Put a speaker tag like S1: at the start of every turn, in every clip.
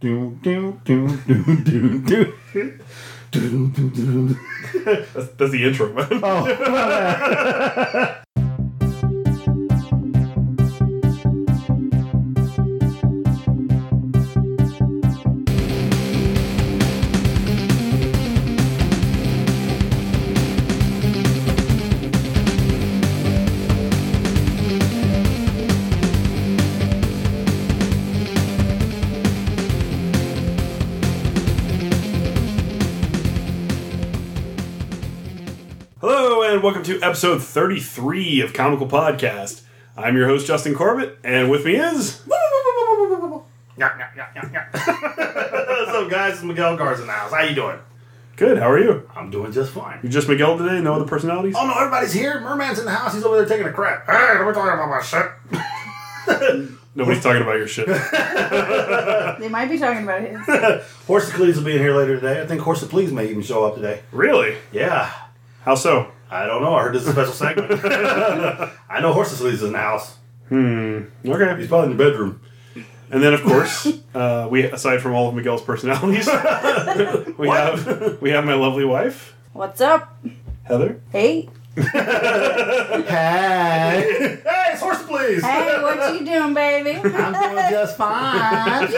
S1: Do do do do do do. Do, do, do, do.
S2: That's, that's the intro, man.
S3: Oh.
S2: Hello, and welcome to episode 33 of Comical Podcast. I'm your host, Justin Corbett, and with me is.
S3: Yeah, yeah, yeah, yeah, yeah. What's up, guys? It's Miguel Garza in the house. How you doing?
S2: Good, how are you?
S3: I'm doing just fine.
S2: You're just Miguel today? No other personalities?
S3: Oh no, everybody's here. Merman's in the house. He's over there taking a crap. Hey, we're talking about my shit.
S2: Nobody's talking about your shit.
S4: They might be talking about his.
S3: Horsecles will be in here later today. I think Horsecles may even show up today.
S2: really?
S3: Yeah.
S2: How so?
S3: I don't know. I heard this is a special segment. I know Horsecles is in the house.
S2: Okay.
S3: He's probably in the bedroom.
S2: And then, of course, uh, we aside from all of Miguel's personalities, we have we have my lovely wife,
S4: What's up?
S2: Heather.
S4: Hey.
S1: Hey,
S3: hey, it's Horsecles!
S4: Hey, what you doing, baby?
S1: I'm doing just fine.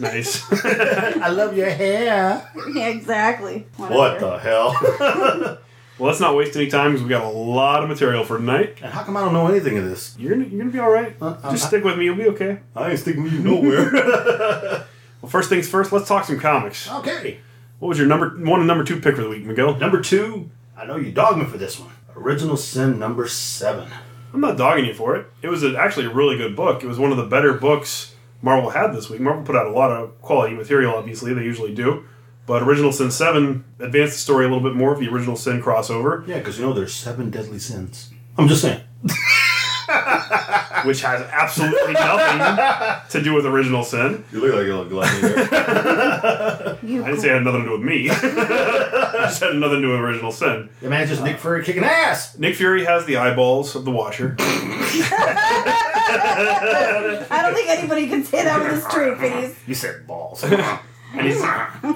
S2: Nice.
S1: I love your hair.
S4: Yeah, exactly.
S3: What
S4: Whatever.
S3: the hell?
S2: well, let's not waste any time because we got a lot of material for tonight.
S3: and how come I don't know anything of this?
S2: You're gonna, you're gonna be all right.
S3: Uh,
S2: Just
S3: uh,
S2: stick with me. You'll be okay.
S3: I ain't sticking with you nowhere.
S2: Well, first things first. Let's talk some comics.
S3: okay.
S2: What was your number one and number two pick for the week, Miguel?
S3: Number two, I know you dogged me for this one. Original Sin number seven.
S2: I'm not dogging you for it. It was a, actually a really good book. It was one of the better books Marvel had this week. Marvel put out a lot of quality material, obviously, they usually do. But Original Sin 7 advanced the story a little bit more of the Original Sin crossover,
S3: Yeah, because you know there's seven deadly sins. I'm just saying.
S2: which has absolutely nothing to do with Original Sin.
S3: You look like a little gladiator.
S4: You
S2: I didn't say it had nothing to do with me. I just had nothing to do with Original Sin.
S3: the man just Nick Fury kicking ass.
S2: Nick Fury has the eyeballs of the Watcher.
S4: I don't think anybody can say that with a straight face.
S3: You said balls.
S2: And he's,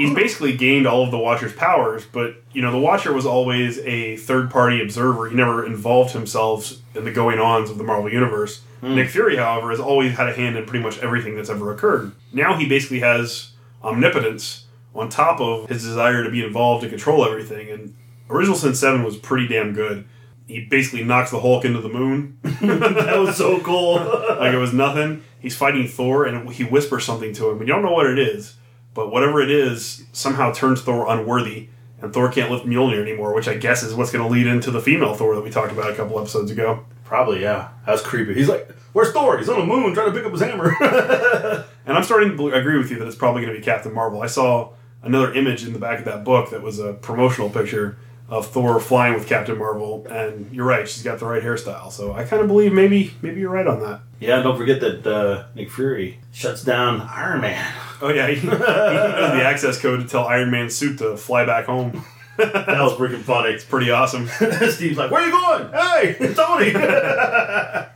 S2: he's basically gained all of the Watcher's powers, but you know the Watcher was always a third-party observer. He never involved himself in the going-ons of the Marvel Universe. Nick Fury, however, has always had a hand in pretty much everything that's ever occurred. Now he basically has omnipotence on top of his desire to be involved and control everything. And Original Sin Seven was pretty damn good. He basically knocks the Hulk into the moon
S3: that was so cool.
S2: like it was nothing. He's fighting Thor, and he whispers something to him. We don't know what it is, but whatever it is, somehow turns Thor unworthy, and Thor can't lift Mjolnir anymore. Which I guess is what's going to lead into the female Thor that we talked about a couple episodes ago.
S3: Probably, yeah. That was creepy. He's like, where's Thor? He's on the moon trying to pick up his hammer.
S2: And I'm starting to bel- agree with you that it's probably going to be Captain Marvel. I saw another image in the back of that book that was a promotional picture of Thor flying with Captain Marvel, and you're right, she's got the right hairstyle. So I kind of believe maybe maybe you're right on that.
S3: yeah, and don't forget that uh, Nick Fury shuts down Iron Man.
S2: Oh yeah, he, he knows the access code to tell Iron Man's suit to fly back home.
S3: That was freaking funny.
S2: Pretty awesome.
S3: Steve's like, where you going? Hey, Tony.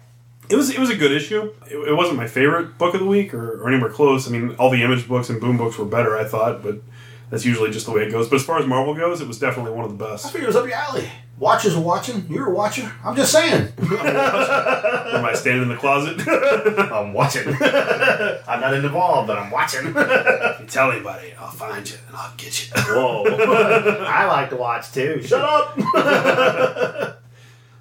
S2: It was it was a good issue. It, it wasn't my favorite book of the week or, or anywhere close. I mean, all the image books and boom books were better, I thought, but that's usually just the way it goes. But as far as Marvel goes, it was definitely one of the
S3: I
S2: best.
S3: figured it was up your alley. Watchers are watching. You're a watcher. I'm just saying.
S2: Am I standing in the closet?
S3: I'm watching. I'm not involved, but I'm watching.
S2: Don't tell anybody, I'll find you and I'll get you.
S3: Whoa. I like to watch too. Shut up.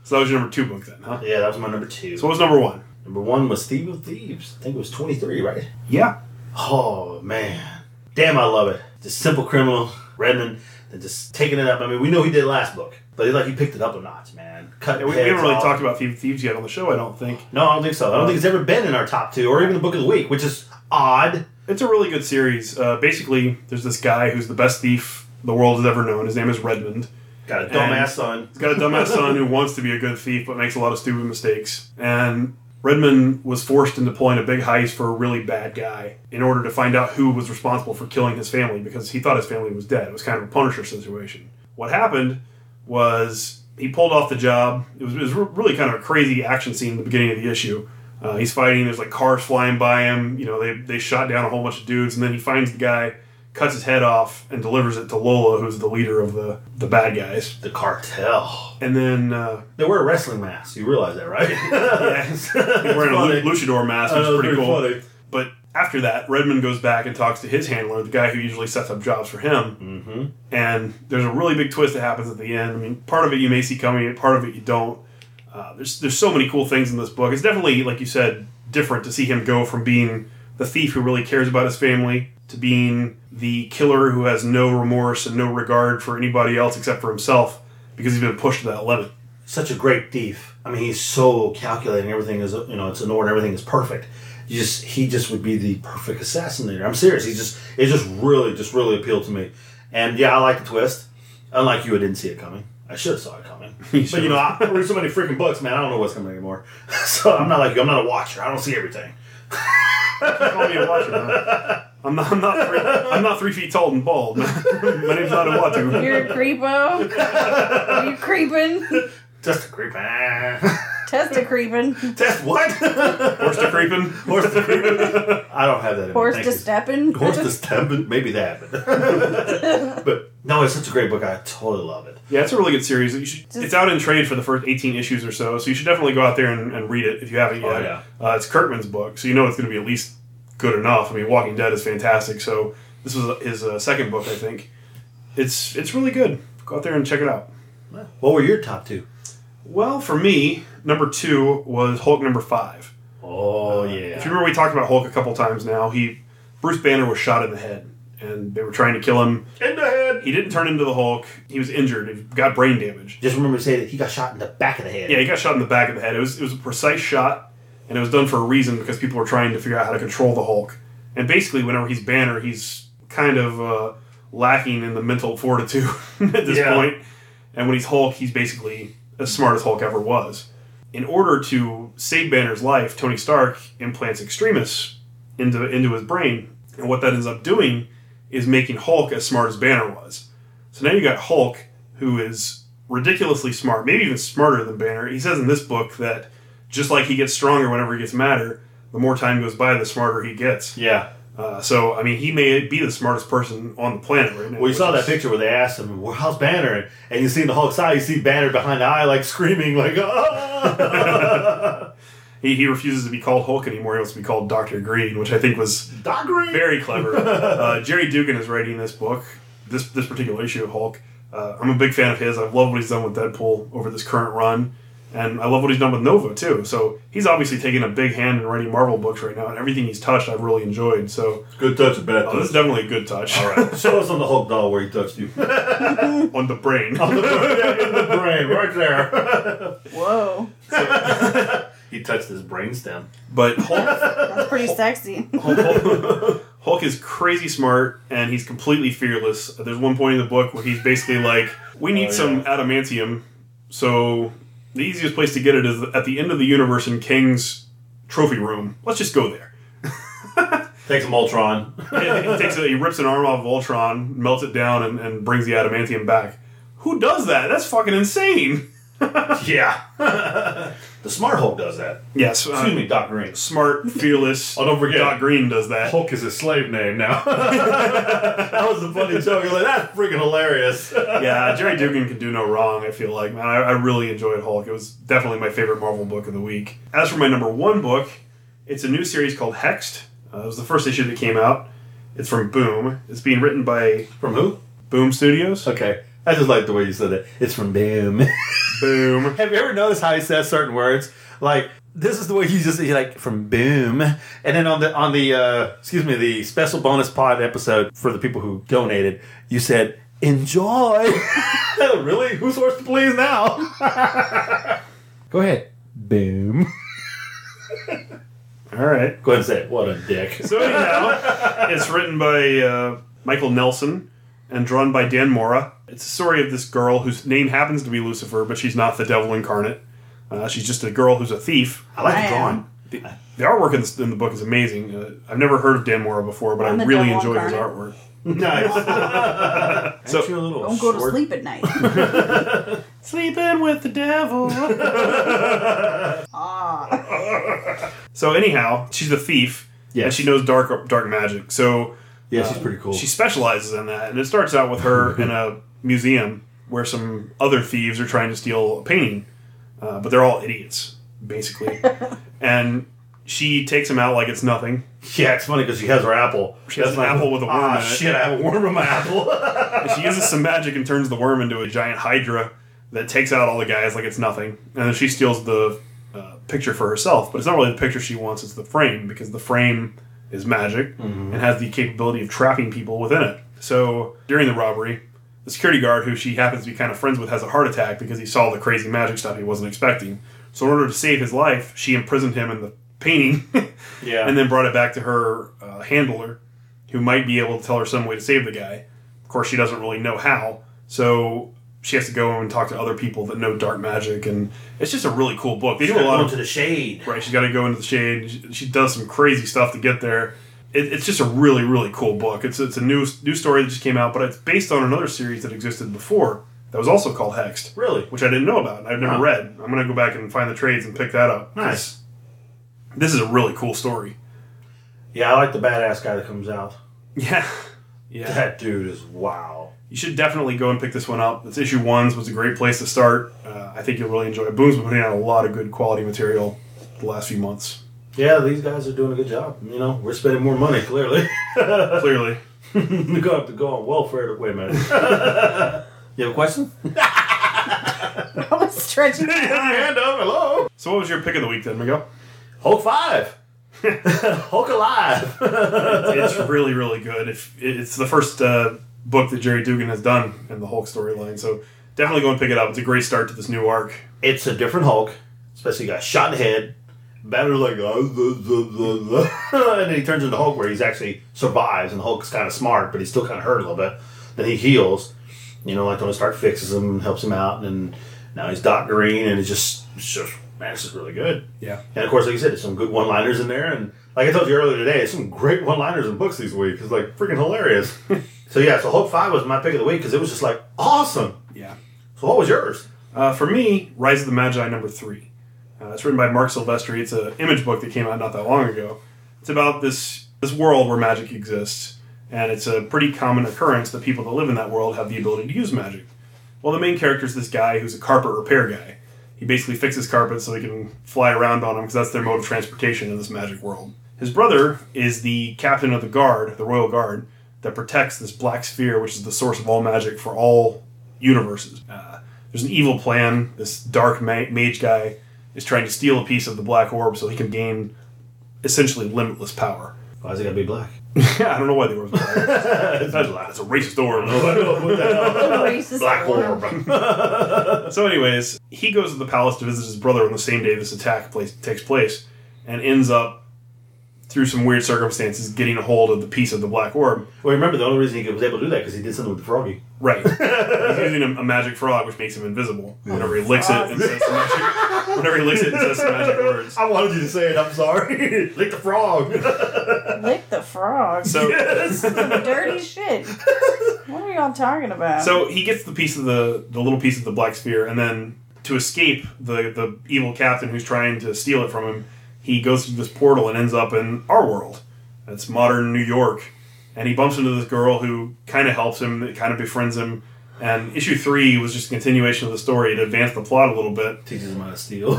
S2: So that was your number two book then, huh?
S3: yeah, that was my number two.
S2: So what was number one?
S3: number one was Thief of Thieves. I think it was 23, right?
S2: Yeah.
S3: Oh, man. Damn, I love it. Just simple criminal, Redmond, and just taking it up. I mean, we know he did last book, but it's like he picked it up a notch, man. Cut
S2: we, we
S3: heads
S2: haven't really
S3: off.
S2: talked about Thief of Thieves yet on the show, I don't think.
S3: No, I don't think so. I don't think it's ever been in our top two or even the book of the week, which is odd.
S2: It's a really good series. Uh, basically, there's this guy who's the best thief the world has ever known. His name is Redmond.
S3: Got a
S2: And-
S3: dumbass son.
S2: He's got a dumbass son who wants to be a good thief but makes a lot of stupid mistakes. And Redmond was forced into pulling a big heist for a really bad guy in order to find out who was responsible for killing his family because he thought his family was dead. It was kind of a Punisher situation. What happened was he pulled off the job. It was, it was re- really kind of a crazy action scene at the beginning of the issue Uh, he's fighting. There's like cars flying by him. You know, they, they shot down a whole bunch of dudes, and then he finds the guy, cuts his head off, and delivers it to Lola, who's the leader of the, the bad guys.
S3: The cartel.
S2: And then uh,
S3: They wear wrestling masks. You realize that, right? yes.
S2: he's wearing a lu- luchador mask, which is pretty cool.
S3: Oh, Funny.
S2: But after that, Redmond goes back and talks to his handler, the guy who usually sets up jobs for him.
S3: Mhm.
S2: And there's a really big twist that happens at the end. I mean, part of it you may see coming, part of it you don't. Uh, there's there's so many cool things in this book. It's definitely, like you said, different to see him go from being the thief who really cares about his family to being the killer who has no remorse and no regard for anybody else except for himself because he's been pushed to that limit.
S3: Such a great thief. I mean, he's so calculating. Everything is, you know, it's an order. Everything is perfect. You just, he just would be the perfect assassinator. I'm serious. He just, it just really, just really appealed to me. And yeah, I like the twist. Unlike you, I didn't see it coming. I should have saw it coming. but you know, I I read so many freaking books, man. I don't know what's coming anymore. so I'm not like you. I'm not a watcher. I don't see everything.
S2: Call me a watcher. man. I'm not. I'm not. Three, I'm not three feet tall and bald. man. My name's not a
S4: You're
S2: watcher.
S4: a creepo. Are you creeping?
S3: Just a creeping.
S4: Testa creeping.
S3: That's what?
S2: Horse to creeping.
S3: Horse to creeping. I don't have that. in me,
S4: Horse
S3: thank
S4: to
S3: you.
S4: stepping.
S3: Horse to step, maybe that. But, but no, it's such a great book. I totally love it.
S2: Yeah, it's a really good series. You should, it's out in trade for the first 18 issues or so, so you should definitely go out there and, and read it if you haven't
S3: Oh,
S2: yet.
S3: yeah.
S2: uh, it's Kirkman's book, so you know it's going to be at least good enough. I mean, Walking Dead is fantastic, so this was his uh, second book, I think. It's it's really good. Go out there and check it out.
S3: What were your top two?
S2: Well, for me, number two was Hulk number five.
S3: Oh
S2: If you remember, we talked about Hulk a couple times now. He, Bruce Banner was shot in the head, and they were trying to kill him.
S3: in the head.
S2: He didn't turn into the Hulk. He was injured. He got brain damage.
S3: Just remember to say that he got shot in the back of the head.
S2: Yeah, he got shot in the back of the head. It was it was a precise shot, and it was done for a reason because people were trying to figure out how to control the Hulk. And basically, whenever he's Banner, he's kind of uh, lacking in the mental fortitude at this
S3: Yeah.
S2: point. And when he's Hulk, he's basically as smart as Hulk ever was. In order to save Banner's life, Tony Stark implants Extremis into into his brain, and what that ends up doing is making Hulk as smart as Banner was. So now you got Hulk, who is ridiculously smart, maybe even smarter than Banner. He says in this book that just like he gets stronger whenever he gets madder, the more time goes by, the smarter he gets.
S3: Yeah.
S2: Uh, so, I mean, he may be the smartest person on the planet right now.
S3: Well, you
S2: which
S3: saw that
S2: is-
S3: picture where they asked him, well, "How's Banner?" And you see in the Hulk's eye, you see Banner behind the eye, like screaming, like, "Ah!"
S2: He, he refuses to be called Hulk anymore. He wants to be called Doctor Green, which I think was
S3: Doc Green.
S2: very clever. uh, Jerry Dugan is writing this book, this this particular issue of Hulk. Uh, I'm a big fan of his. I've loved what he's done with Deadpool over this current run, and I love what he's done with Nova too. So he's obviously taking a big hand in writing Marvel books right now, and everything he's touched, I've really enjoyed. So
S3: Good touch, bad
S2: oh, this is definitely a good touch
S3: All right, show us on the Hulk doll where he touched you.
S2: on the brain.
S3: in the brain, right there.
S4: Whoa.
S3: He touched his brainstem.
S2: But Hulk,
S4: That's pretty sexy.
S2: Hulk, Hulk, Hulk is crazy smart, and he's completely fearless. There's one point in the book where he's basically like, "We need
S3: Oh, yeah.
S2: some adamantium, so the easiest place to get it is at the end of the universe in King's trophy room. Let's just go there."
S3: Takes him Ultron.
S2: And he takes it, he rips an arm off of Ultron, melts it down, and, and brings the adamantium back. Who does that? That's fucking insane.
S3: yeah. the smart Hulk does that.
S2: Yes, uh,
S3: Excuse me, Doc Green.
S2: smart, fearless.
S3: Oh, don't forget.
S2: Doc Green does that.
S3: Hulk is his slave name now. that was a funny joke. I'm Like, That's freaking hilarious.
S2: yeah, Jerry Dugan can do no wrong. I feel like man, I, I really enjoyed Hulk. It was definitely my favorite Marvel book of the week. As for my number one book, it's a new series called Hexed. Uh, it was the first issue that came out. It's from Boom. It's being written by
S3: From who?
S2: Boom Studios.
S3: Okay. I just like the way you said it. It's from Boom.
S2: Boom.
S3: Have you ever noticed how he says certain words? Like this is the way he just he like from boom, and then on the on the uh, excuse me the special bonus pod episode for the people who donated, you said enjoy. really? Who's horse to please now? Go ahead. Boom.
S2: All right.
S3: Go ahead and say it. What a dick.
S2: So anyhow, it's written by uh, Michael Nelson and drawn by Dan Mora. It's a story of this girl whose name happens to be Lucifer, but she's not the devil incarnate. Uh, she's just a girl who's a thief
S3: I like
S4: I
S3: the
S4: am.
S3: drawing.
S2: The, the artwork in, this, in the book is amazing. Uh, I've never heard of Dan Mora before, but
S4: I'm
S2: I
S4: the
S2: really
S4: devil
S2: enjoy his
S4: incarnate.
S2: artwork.
S3: Nice.
S2: So-
S3: Aren't you a little
S4: Don't go to
S3: short?
S4: sleep at night.
S2: Sleeping with the devil.
S4: Ah.
S2: So anyhow, she's a thief, and
S3: Yes.
S2: she knows dark dark magic. So
S3: Yeah, Um, she's pretty cool.
S2: she specializes in that, and it starts out with her in a museum where some other thieves are trying to steal a painting, uh, but they're all idiots basically, and she takes them out like it's nothing.
S3: yeah, it's funny because she has her apple.
S2: She has
S3: That's
S2: an
S3: my-
S2: apple with a worm
S3: Ah,
S2: in it.
S3: shit! I have a worm in my apple.
S2: And she uses some magic and turns the worm into a giant hydra that takes out all the guys like it's nothing, and then she steals the. Uh, picture for herself, but it's not really the picture she wants, it's the frame because the frame is magic and has the capability of trapping people within it. So during the robbery, the security guard, who she happens to be kind of friends with, has a heart attack because he saw the crazy magic stuff he wasn't expecting. So in order to save his life, she imprisoned him in the painting,
S3: Yeah.
S2: and then brought it back to her uh, handler, who might be able to tell her some way to save the guy. Of course, she doesn't really know how, so she has to go and talk to other people that know dark magic, and it's just a really cool book. They do a lot
S3: Going
S2: of
S3: to the shade.
S2: Right, she's got to go into the shade. She, she does some crazy stuff to get there. It, it's just a really, really cool book. It's it's a new new story that just came out, but it's based on another series that existed before that was also called Hexed,
S3: Really?
S2: which I didn't know about. and I've never
S3: Huh.
S2: read. I'm gonna go back and find the trades and pick that up.
S3: Nice.
S2: This is a really cool story.
S3: Yeah, I like the badass guy that comes out.
S2: Yeah, yeah.
S3: That dude is wow.
S2: You should definitely go and pick this one up. It's issue ones was a great place to start. Uh, I think you'll really enjoy it. Boom's been putting out a lot of good quality material the last few months.
S3: Yeah, these guys are doing a good job. You know, we're spending more money clearly.
S2: Clearly.
S3: We're gonna have to go on welfare. To, wait a minute. you have a question?
S4: I was stretching.
S3: Hand up. Hello.
S2: So, what was your pick of the week then, Miguel?
S3: Hulk five. Hulk alive.
S2: it's really really good. If it- it's the first uh, book that Jerry Dugan has done in the Hulk storyline, so definitely go and pick it up. It's a great start to this new arc.
S3: it's a different Hulk. Especially got shot in the head. Battered like, "Ah, zuh, zuh, zuh, zuh." and then he turns into Hulk, where he's actually survives, and Hulk's kind of smart, but he's still kind of hurt a little bit. Then he heals. You know, like Tony Stark fixes him, and helps him out, and now he's Doc Green, and it's just, it's just man, this is really good.
S2: Yeah,
S3: And of course, like you said, there's some good one-liners in there, and like I told you earlier today, some great one-liners in books these week. It's like freaking hilarious. so yeah, so Hulk Five was my pick of the week because it was just like awesome.
S2: yeah.
S3: So what was yours?
S2: Uh, for me, Rise of the Magi number three. Uh, it's written by Mark Silvestri. It's an image book that came out not that long ago. It's about this this world where magic exists, and it's a pretty common occurrence that people that live in that world have the ability to use magic. Well, the main character is this guy who's a carpet repair guy. He basically fixes carpets so they can fly around on them because that's their mode of transportation in this magic world. His brother is the captain of the guard, the royal guard, that protects this black sphere, which is the source of all magic for all universes. Uh, there's an evil plan. This dark ma- mage guy is trying to steal a piece of the black orb so he can gain essentially limitless power.
S3: Why is it gotta be black?
S2: I don't know why they were. That's a racist orb.
S4: Racist
S3: Black
S4: alarm.
S3: orb.
S2: So, anyways, he goes to the palace to visit his brother on the same day this attack place takes place, and ends up through some weird circumstances getting a hold of the piece of the black orb.
S3: well, remember the only reason he was able to do that because he did something with the froggy.
S2: Right. He's using a, a magic frog, which makes him invisible. Whenever he licks it and says some magic, whenever he licks it and says some magic words.
S3: I wanted you to say it. I'm sorry. Lick the frog.
S4: Lick the frog.
S2: So.
S4: Dirty shit. What are y'all talking about?
S2: So he gets the piece of the the little piece of the black sphere, and then to escape the the evil captain who's trying to steal it from him, he goes through this portal and ends up in our world. It's modern New York, and he bumps into this girl who kind of helps him, kind of befriends him. And issue three was just a continuation of the story. It advanced the plot a little bit.
S3: Teaches him how to steal.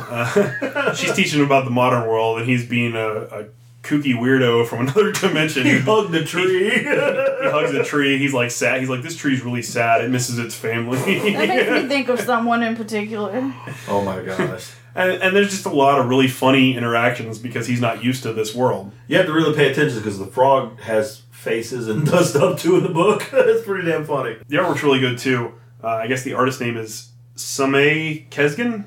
S2: She's teaching him about the modern world, and he's being a, a kooky weirdo from another dimension.
S3: he hugged the tree.
S2: He hugs a tree. He's like sad. He's like, this tree's really sad. It misses its family.
S4: that makes me think of someone in particular.
S3: oh my gosh.
S2: And, and there's just a lot of really funny interactions because he's not used to this world.
S3: You have to really pay attention because the frog has faces and does stuff too in the book. it's pretty damn funny.
S2: The artwork's really good too. Uh, I guess the artist name is Samay Kesgan.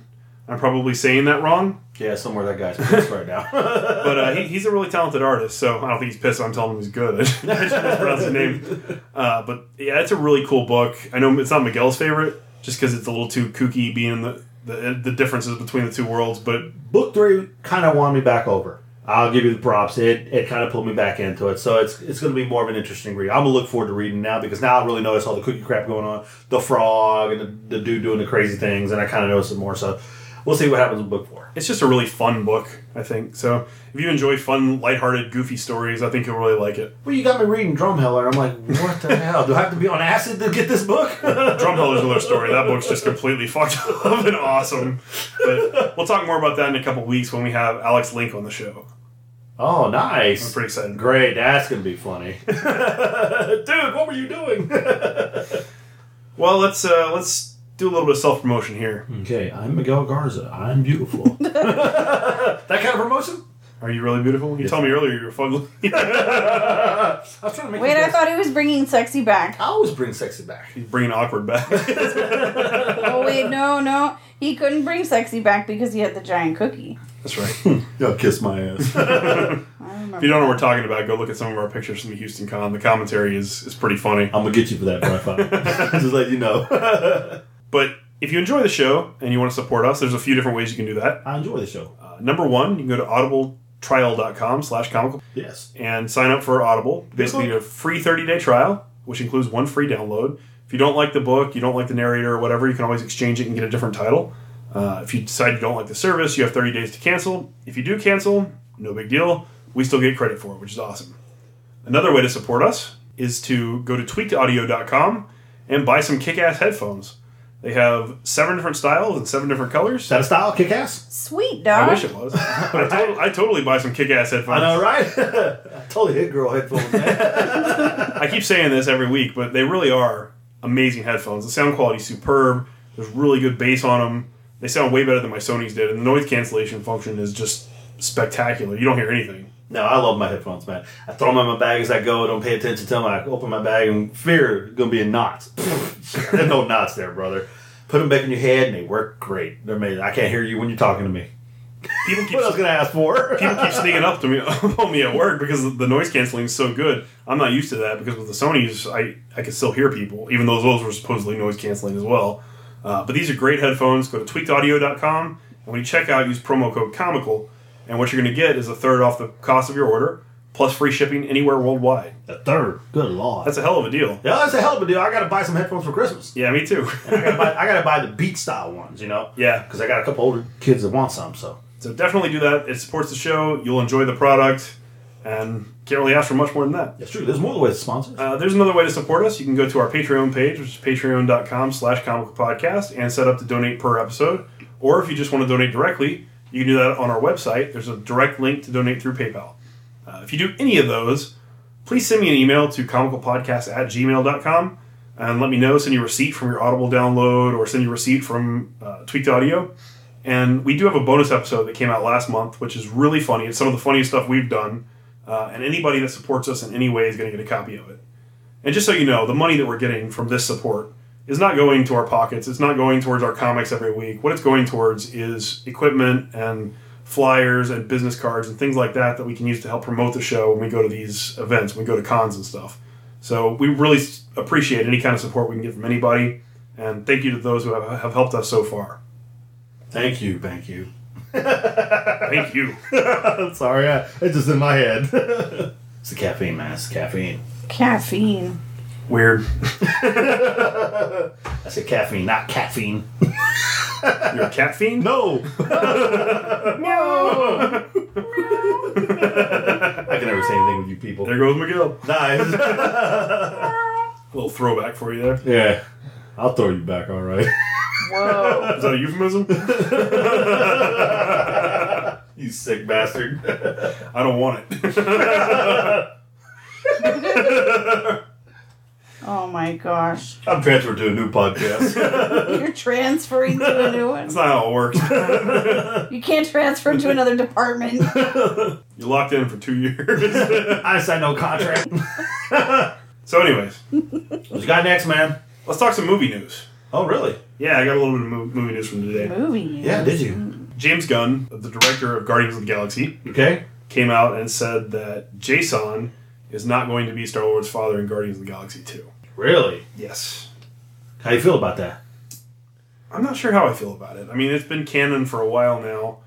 S2: I'm probably saying that wrong,
S3: Yeah, somewhere that guy's pissed right now.
S2: but uh, he, he's a really talented artist. So I don't think he's pissed. I'm telling him he's good. I just mispronounced his name. Uh, but yeah, it's a really cool book. I know it's not Miguel's favorite just because it's a little too kooky, being the, the the differences between the two worlds. But
S3: book three kind of won me back over. I'll give you the props. It it kind of pulled me back into it, so it's it's going to be more of an interesting read. I'm gonna look forward to reading now because now I really notice all the cookie crap going on, the frog and the, the dude doing the crazy things, and I kind of notice it more. So We'll see what happens with book four.
S2: It's just a really fun book, I think. So if you enjoy fun, lighthearted, goofy stories, I think you'll really like it.
S3: Well, you got me reading Drumheller. I'm like, what the hell? Do I have to be on acid to get this book?
S2: Drumheller's another story. That book's just completely fucked up and awesome. But we'll talk more about that in a couple weeks when we have Alex Link on the show.
S3: oh, nice.
S2: I'm pretty excited.
S3: Great, that's gonna be funny. Dude, what were you doing?
S2: Well, let's uh, let's do a little bit of self promotion here.
S3: okay, I'm Miguel Garza. I'm beautiful. that kind of promotion?
S2: Are you really beautiful? You told me earlier you were fugly.
S3: I was trying to make
S4: Wait,
S3: you
S4: I
S3: guys-
S4: thought he was bringing sexy back.
S3: I always bring sexy back.
S2: Bringing awkward back.
S4: Oh wait, no, no, he couldn't bring sexy back because he had the giant cookie.
S2: That's right. If
S3: Yo, kiss my ass.
S4: I remember.
S2: you don't know what we're talking about, go look at some of our pictures from the Houston Con. The commentary is is pretty funny.
S3: I'm gonna get you for that, Wi-Fi. Just let you know.
S2: But if you enjoy the show and you want to support us, there's a few different ways you can do that.
S3: I enjoy the show.
S2: Uh, number one, you can go to audibletrial.com slash comical
S3: Yes.
S2: and sign up for Audible. Basically,
S3: book.
S2: a free 30-day trial, which includes one free download. If you don't like the book, you don't like the narrator or whatever, you can always exchange it and get a different title. Uh, if you decide you don't like the service, you have 30 days to cancel. If you do cancel, no big deal. We still get credit for it, which is awesome. Another way to support us is to go to tweakedaudio.com and buy some kick-ass headphones. They have seven different styles and seven different colors.
S3: Is that a style? Kick ass?
S4: Sweet
S2: I
S4: dog.
S2: wish it was. I, to- I totally buy some kick-ass headphones. I,
S3: I know, right? I totally hit girl headphones. man.
S2: keep saying this every week, but they really are amazing headphones. The sound quality's superb. There's really good bass on them. They sound way better than my Sony's did, and the noise cancellation function is just spectacular. You don't hear anything.
S3: no, I love my headphones, man. I throw them in my bag as I go. Don't pay attention to them. I open my bag and fear gonna be in knots. There's no knots there, brother. Put them back in your head and they work great. They're amazing. I can't hear you when you're talking to me.
S2: People keep
S3: What else can I ask for?
S2: people keep sneaking up to me on me at work because the noise canceling is so good. I'm not used to that because with the Sony's, I I can still hear people, even though those were supposedly noise canceling as well. Uh, but these are great headphones. Go to tweakedaudio.com and when you check out, use promo code Comical, and what you're going to get is a third off the cost of your order plus free shipping anywhere worldwide.
S3: The third. Good lord.
S2: That's a hell of a deal.
S3: yeah, that's a hell of a deal. I gotta buy some headphones for Christmas.
S2: Yeah, me too.
S3: I gotta buy, I gotta buy the beat style ones, you know?
S2: yeah.
S3: Because I got a couple older kids that want some, so.
S2: So definitely do that. It supports the show. You'll enjoy the product, and can't really ask for much more than that.
S3: That's true. There's more ways to sponsor.
S2: Uh, there's another way to support us. You can go to our Patreon page, which is patreon.com slash comic podcast, and set up to donate per episode. Or if you just want to donate directly, you can do that on our website. There's a direct link to donate through PayPal. Uh, if you do any of those, please send me an email to comicalpodcast at gmail.com and let me know. Send you a receipt from your Audible download or send you a receipt from uh, Tweaked Audio. And we do have a bonus episode that came out last month, which is really funny. It's some of the funniest stuff we've done. Uh, and anybody that supports us in any way is going to get a copy of it. And just so you know, the money that we're getting from this support is not going to our pockets. It's not going towards our comics every week. What it's going towards is equipment and flyers and business cards and things like that that we can use to help promote the show when we go to these events, when we go to cons and stuff. So we really s- appreciate any kind of support we can get from anybody. And thank you to those who have, have helped us so far.
S3: Thank you, thank you.
S2: Thank you.
S3: I'm sorry, I, it's just in my head. it's the caffeine, man. It's the caffeine.
S4: Caffeine.
S2: Weird.
S3: I said caffeine, not caffeine.
S2: You're a cat fiend?
S3: No! no! I can never say anything with you people.
S2: There goes Miguel.
S3: Nice.
S2: little throwback for you there.
S3: yeah. I'll throw you back, all right.
S4: Whoa.
S2: Is that a euphemism?
S3: you sick bastard.
S2: I don't want it.
S4: Oh my gosh.
S3: I'm transferred to a new podcast.
S4: You're transferring to a new one.
S2: That's not how it works.
S4: You can't transfer to another department.
S2: You locked in for two years.
S3: I signed no contract.
S2: so, anyways,
S3: what you got next, man?
S2: let's talk some movie news.
S3: Oh, really?
S2: Yeah, I got a little bit of mo- movie news from today.
S4: Movie.
S3: Yeah, did you?
S2: James Gunn, the director of Guardians of the Galaxy,
S3: Okay.
S2: came out and said that Jason is not going to be Star Lord's father in Guardians of the Galaxy 2.
S3: Really?
S2: Yes.
S3: How you feel about that?
S2: I'm not sure how I feel about it. I mean, it's been canon for a while now.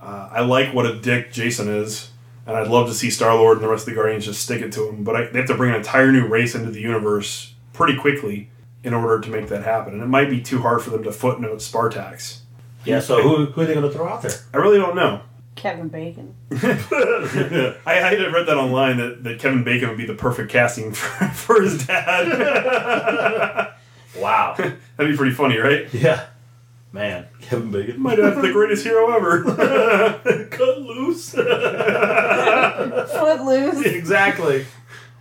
S2: Uh, I like what a dick Jason is, and I'd love to see Star Lord and the rest of the Guardians just stick it to him. But I, they have to bring an entire new race into the universe pretty quickly in order to make that happen, and it might be too hard for them to footnote Spartax.
S3: Yeah, so who, who are they going to throw out there?
S2: I really don't know.
S4: Kevin Bacon.
S2: I, I had read that online that, that Kevin Bacon would be the perfect casting for, for his dad.
S3: Wow.
S2: That'd be pretty funny, right?
S3: yeah. Man, Kevin Bacon.
S2: My dad's the greatest hero ever.
S3: Cut loose.
S4: Footloose.
S3: exactly.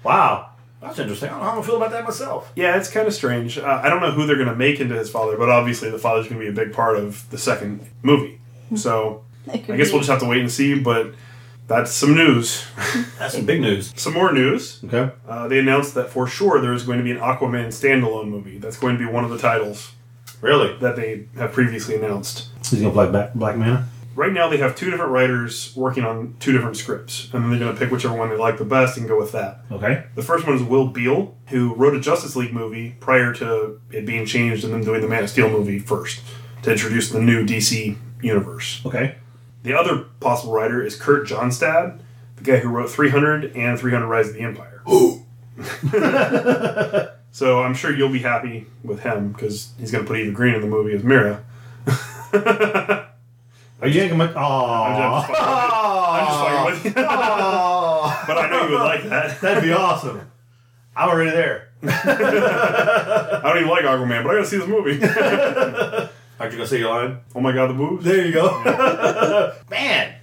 S3: Wow. That's interesting. I don't know how I feel about that myself.
S2: yeah, it's kind of strange. Uh, I don't know who they're going to make into his father, but obviously the father's going to be a big part of the second movie. So
S4: It Hmm. could
S2: I guess
S4: be-
S2: we'll just have to wait and see, but that's some news.
S3: That's some big news.
S2: some more news.
S1: Okay.
S2: Uh, they announced that for sure there is going to be an Aquaman standalone movie. That's going to be one of the titles
S3: Really?
S2: that they have previously announced.
S3: He's going to play Black, Black Man?
S2: Right now, they have two different writers working on two different scripts, and then they're going to pick whichever one they like the best and go with that.
S3: Okay.
S2: The first one is Will Beal, who wrote a Justice League movie prior to it being changed and them doing the Man of Steel movie first to introduce the new DC universe.
S3: Okay.
S2: The other possible writer is Kurt Johnstad, the guy who wrote 300 and 300 Rise of the Empire. so I'm sure you'll be happy with him because he's going to put Eva Green in the movie as Mira.
S3: Are you yanking my. Aww.
S2: I'm just- I'm just fucking with you.
S3: Aww.
S2: but I know you would like that.
S3: That'd be awesome. I'm already there.
S2: I don't even like Aquaman, but I got to see this movie.
S3: Aren't you going to say your line?
S2: oh my god, the boobs.
S3: There you go. Man.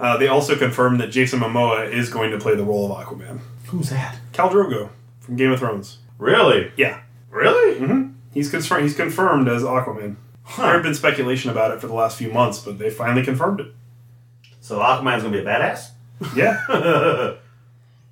S2: Uh, they also confirmed that Jason Momoa is going to play the role of Aquaman.
S3: Who's that?
S2: Cal Drogo from Game of Thrones.
S3: Really?
S2: Yeah,
S3: Really?
S2: he's confirmed. He's confirmed as Aquaman. There had been speculation about it for the last few months, but they finally confirmed it.
S3: So Aquaman's going to be a badass?
S2: Yeah, well,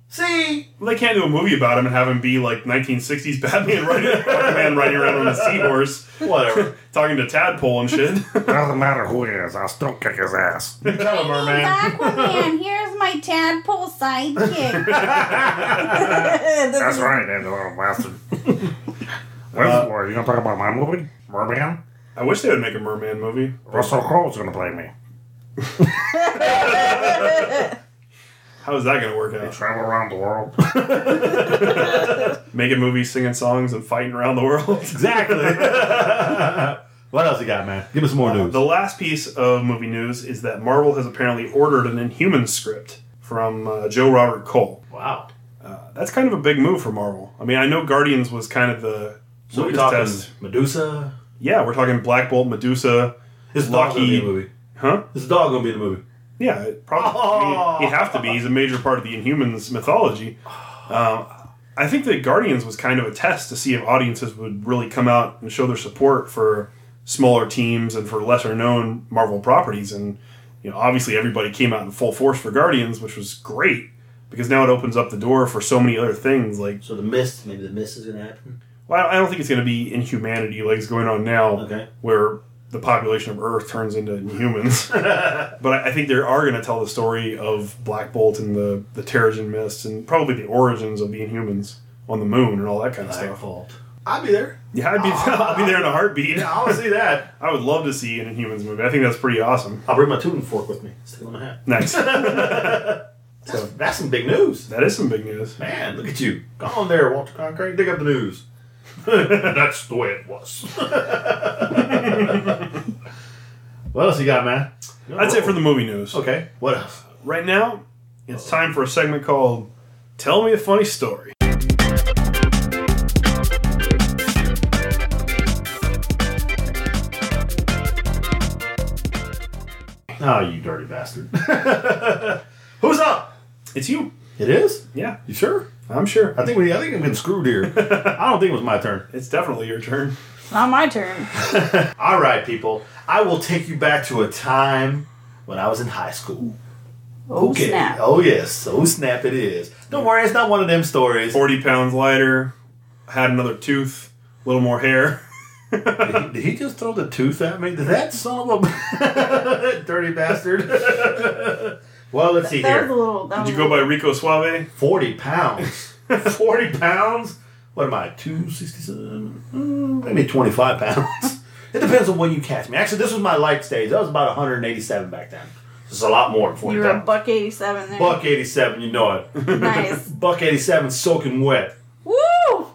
S3: See?
S2: they can't do a movie about him and have him be like 1960s Batman riding Aquaman riding around on a seahorse,
S3: Whatever.
S2: talking to tadpole and shit.
S1: Doesn't matter who he is, I'll still kick his ass.
S3: Tell him, merman.
S4: Aquaman, here's my tadpole sidekick. That's
S1: That's right, you little bastard. What
S2: Uh,
S1: is it for? You gonna talk about my movie? Merman?
S2: I wish they would make a merman movie.
S1: Russell Crowe's gonna play me.
S2: How is that going to work out?
S1: Travel around the world.
S2: Making movies, singing songs, and fighting around the world.
S3: Exactly. what else you got, man? Give us some more news.
S2: The last piece of movie news is that Marvel has apparently ordered an Inhuman script from uh, Joe Robert Cole.
S3: Wow.
S2: That's kind of a big move for Marvel. I mean, I know Guardians was kind of the
S3: So we
S2: litmus
S3: talking Medusa?
S2: Yeah, we're talking Black Bolt, Medusa,
S3: His dog gonna be in
S2: Lockheed.
S3: the movie.
S2: huh?
S3: His dog gonna be in the movie.
S2: Yeah, it probably. I mean, he'd have to be. He's a major part of the Inhumans mythology. Um, I think that Guardians was kind of a test to see if audiences would really come out and show their support for smaller teams and for lesser known Marvel properties. And you know, obviously, everybody came out in full force for Guardians, which was great because now it opens up the door for so many other things. Like,
S3: So the mist, maybe the mist is gonna happen.
S2: well, I don't think it's going to be inhumanity like it's going on now,
S3: Okay.
S2: where the population of Earth turns into humans. but I, I think they are going to tell the story of Black Bolt and the the Terrigen Mist and probably the origins of the Inhumans on the moon and all that kind of stuff.
S3: fault. I'll be there.
S2: Yeah, I'd be I'll be there in a heartbeat.
S3: Yeah, I wanna see that.
S2: I would love to see an Inhumans movie. I think that's pretty awesome.
S3: I'll bring my tuning fork with me. Stick on my hat.
S2: Nice. that
S3: That's, that's some big news.
S2: is some big news.
S3: Man, look at you. Go on there, Walter Concrete. Dig up the news.
S2: That's the way it was.
S3: What else you got, man?
S2: That's it for the movie news.
S3: Okay. What else?
S2: Right now, it's time for a segment called Tell Me a Funny Story.
S3: Oh, you dirty bastard. Who's up?
S2: It's you.
S3: It is?
S2: Yeah,
S3: You sure?
S2: I'm sure.
S3: I think we I think I've been screwed here. I don't think it was my turn.
S2: It's definitely your turn.
S4: Not my turn.
S3: All right, people. I will take you back to a time when I was in high school.
S4: Oh snap!
S3: Oh yes. Oh snap! It is. Don't worry. It's not one of them stories.
S2: 40 pounds lighter, had another tooth, a little more hair.
S3: Did he, did he just throw the tooth at me? Did that son of a that dirty bastard? well, let's see
S4: That was a
S3: here.
S4: little. That
S2: Did
S4: was
S2: you go by Rico Suave?
S3: Forty pounds. Forty pounds. What am I? Two sixty-seven? Mm, Maybe twenty-five pounds. it depends on when you catch me. Actually, this was my light stage. I was about one hundred eighty-seven back then. This is a lot more than forty
S4: You were a
S3: pounds.
S4: buck eighty-seven there.
S3: Buck eighty-seven. You know it.
S4: Nice.
S3: Buck 87 soaking wet.
S4: Woo!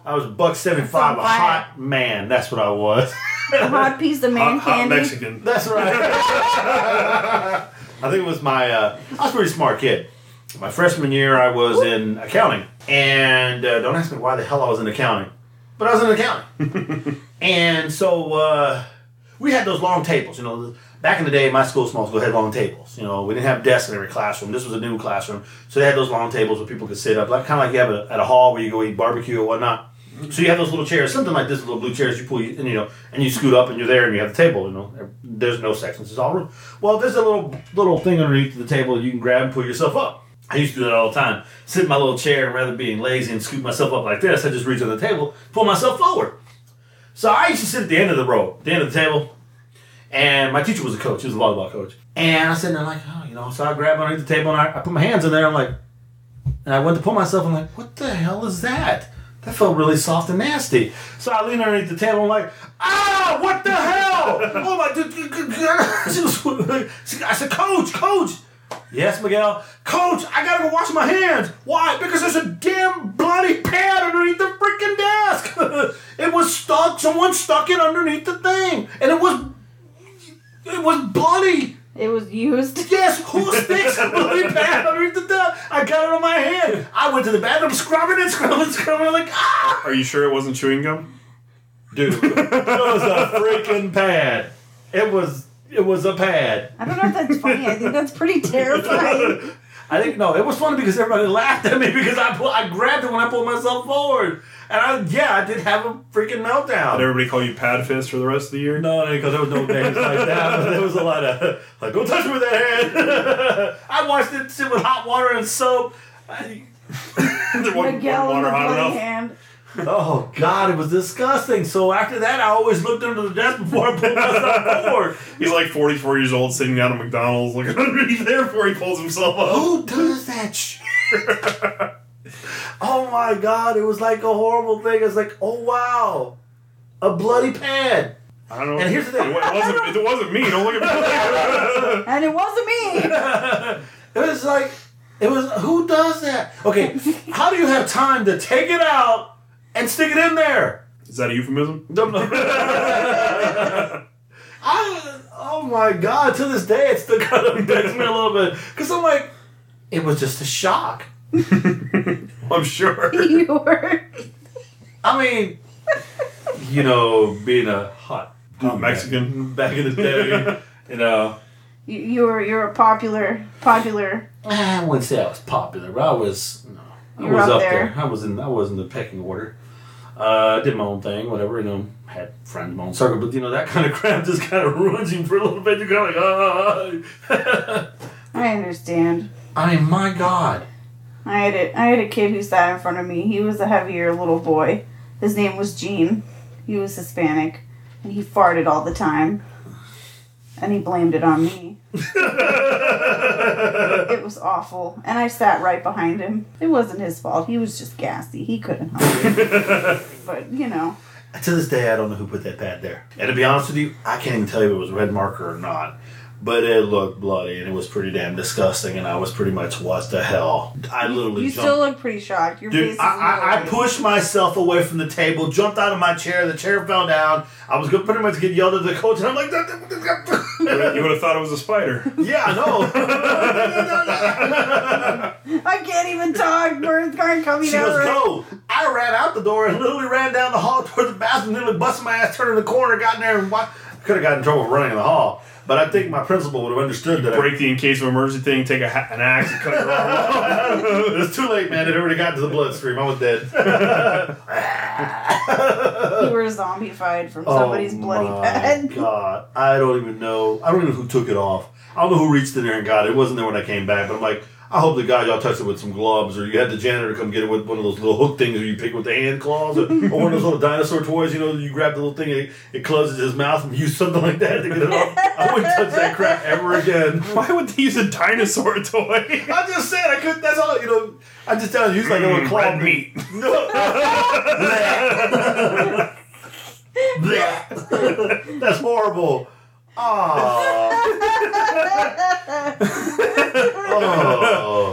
S3: I was buck 75, a
S4: That's on fire.
S3: hot man. That's what I was.
S4: A hot piece of man
S2: Hot, hot
S4: candy.
S2: Mexican.
S3: That's right. I think it was my. Uh, I was a pretty smart kid. My freshman year, I was in accounting, and uh, don't ask me why the hell I was in accounting, but I was in accounting. and so uh, we had those long tables. You know, back in the day, my school, small school, had long tables. You know, we didn't have desks in every classroom. This was a new classroom, so they had those long tables where people could sit up, like kind of like you have at a, at a hall where you go eat barbecue or whatnot. So you have those little chairs, something like this, little blue chairs. You pull, you, and you know, and you scoot up, and you're there, and you have the table. You know, there's no sections. It's all room. Well, there's a little little thing underneath the table that you can grab and pull yourself up. I used to do that all the time. Sit in my little chair, and rather than being lazy and scoot myself up like this, I just reach on the table, pull myself forward. So I used to sit at the end of the row, the end of the table, and my teacher was a coach. He was a volleyball coach, and I sit there like, oh, you know. So I grab underneath the table and I, I put my hands in there. I'm like, and I went to pull myself. I'm like, what the hell is that? That felt really soft and nasty. So I lean underneath the table. I'm like, ah, what the hell? Oh my! dude, dude, dude, dude." She was- she- I said, coach, coach. Yes, Miguel. Coach, I gotta go wash my hands. Why? Because there's a damn bloody pad underneath the freaking desk. it was stuck. Someone stuck it underneath the thing, and it was, it was bloody.
S4: It was used.
S3: Yes, who sticks a bloody pad underneath the desk? I got it on my hand. I went to the bathroom, scrubbing it, scrubbing, scrubbing, like ah,
S2: Are you sure it wasn't chewing gum?
S3: dude, it was a freaking pad. It was, it was a pad.
S4: I don't know if that's funny. I think that's pretty terrifying.
S3: I think no, it was funny because everybody laughed at me because I pull, I grabbed it when I pulled myself forward, and I yeah, I did have a freaking meltdown.
S2: Did everybody call you Pad Fist for the rest of the year?
S3: No, because there was no names like that. But there was a lot of like, don't touch me with that hand. I washed it shit with hot water and soap. I,
S2: There wasn't
S4: Miguel in
S2: water
S4: the
S2: hot
S4: bloody
S2: enough.
S4: hand.
S3: Oh God, it was disgusting. So after that, I always looked under the desk before I pulled myself forward.
S2: He's like 44 years old, sitting down at McDonald's, looking underneath there before he pulls himself up.
S3: Who does that? Shit? oh my God, it was like a horrible thing. It's like, oh wow, a bloody pad.
S2: I don't know.
S3: And here's the thing.
S2: It wa- it wasn't, it wasn't me. Don't look at me.
S4: And it wasn't me.
S3: It was like, it was who does that? Okay, how do you have time to take it out and stick it in there?
S2: Is that a euphemism?
S3: I, oh my god! To this day, it still kind of affects me a little bit because I'm like, it was just a shock.
S2: I'm sure.
S4: you were.
S3: I mean, you know, being a hot dude
S2: Mexican.
S3: back in the day, you know,
S4: You, you were. You're a popular. Popular.
S3: I wouldn't say I was popular, but I was, you know, I
S4: You were
S3: was
S4: up
S3: up there.
S4: there.
S3: I was in, I was in the pecking order. Uh, I did my own thing, whatever. You know, had friends, in my own circle, but you know that kind of crap just kind of ruins you for a little bit. You're kind of like, ah.
S4: I understand.
S3: I mean, my god.
S4: I had a, I had a kid who sat in front of me. He was a heavier little boy. His name was Gene. He was Hispanic, and he farted all the time. And he blamed it on me. it was awful, and I sat right behind him. It wasn't his fault. He was just gassy. He couldn't help it. but you know,
S3: To this day, I don't know who put that pad there. And to be honest with you, I can't even tell you if it was red marker or not. But it looked bloody and it was pretty damn disgusting. And I was pretty much, what the hell? I literally
S4: you
S3: jumped.
S4: still look pretty shocked. Your face
S3: Dude,
S4: is
S3: I, I, I
S4: annoyed.
S3: pushed myself away from the table, jumped out of my chair. The chair fell down. I was gonna pretty much get yelled at the coach, and I'm like,
S2: You would have thought it was a spider.
S3: yeah, I know.
S4: I can't even talk. Birds aren't coming
S3: she
S4: out.
S3: goes,
S4: right.
S3: go. I ran out the door and literally ran down the hall toward the bathroom, literally busted my ass, turned in the corner, got in there, and wa- I could have gotten in trouble for running in the hall. But I think my principal would have understood that. I-
S2: Break the in case of emergency thing, take a ha- an axe and cut your arm off.
S3: it was too late, man. It already got into the bloodstream. I was dead.
S4: You were zombified from somebody's bloody
S3: Oh my
S4: pad.
S3: God, I don't even know. I don't even know who took it off. I don't know who reached in there and got it. It wasn't there when I came back, but I'm like, I hope the guy y'all touched it with some gloves, or you had the janitor come get it with one of those little hook things, or you pick with the hand claws, or, or one of those little dinosaur toys. You know, you grab the little thing, and it, it closes his mouth, and use something like that to get it off. I wouldn't touch that crap ever again.
S2: Why would they use a dinosaur toy?
S3: I just said I couldn't. That's all. You know, I just tell you, use like a little
S2: Mm,
S3: claw
S2: red
S3: meat.
S2: meat.
S3: No. Blech. That's horrible. Aww. oh.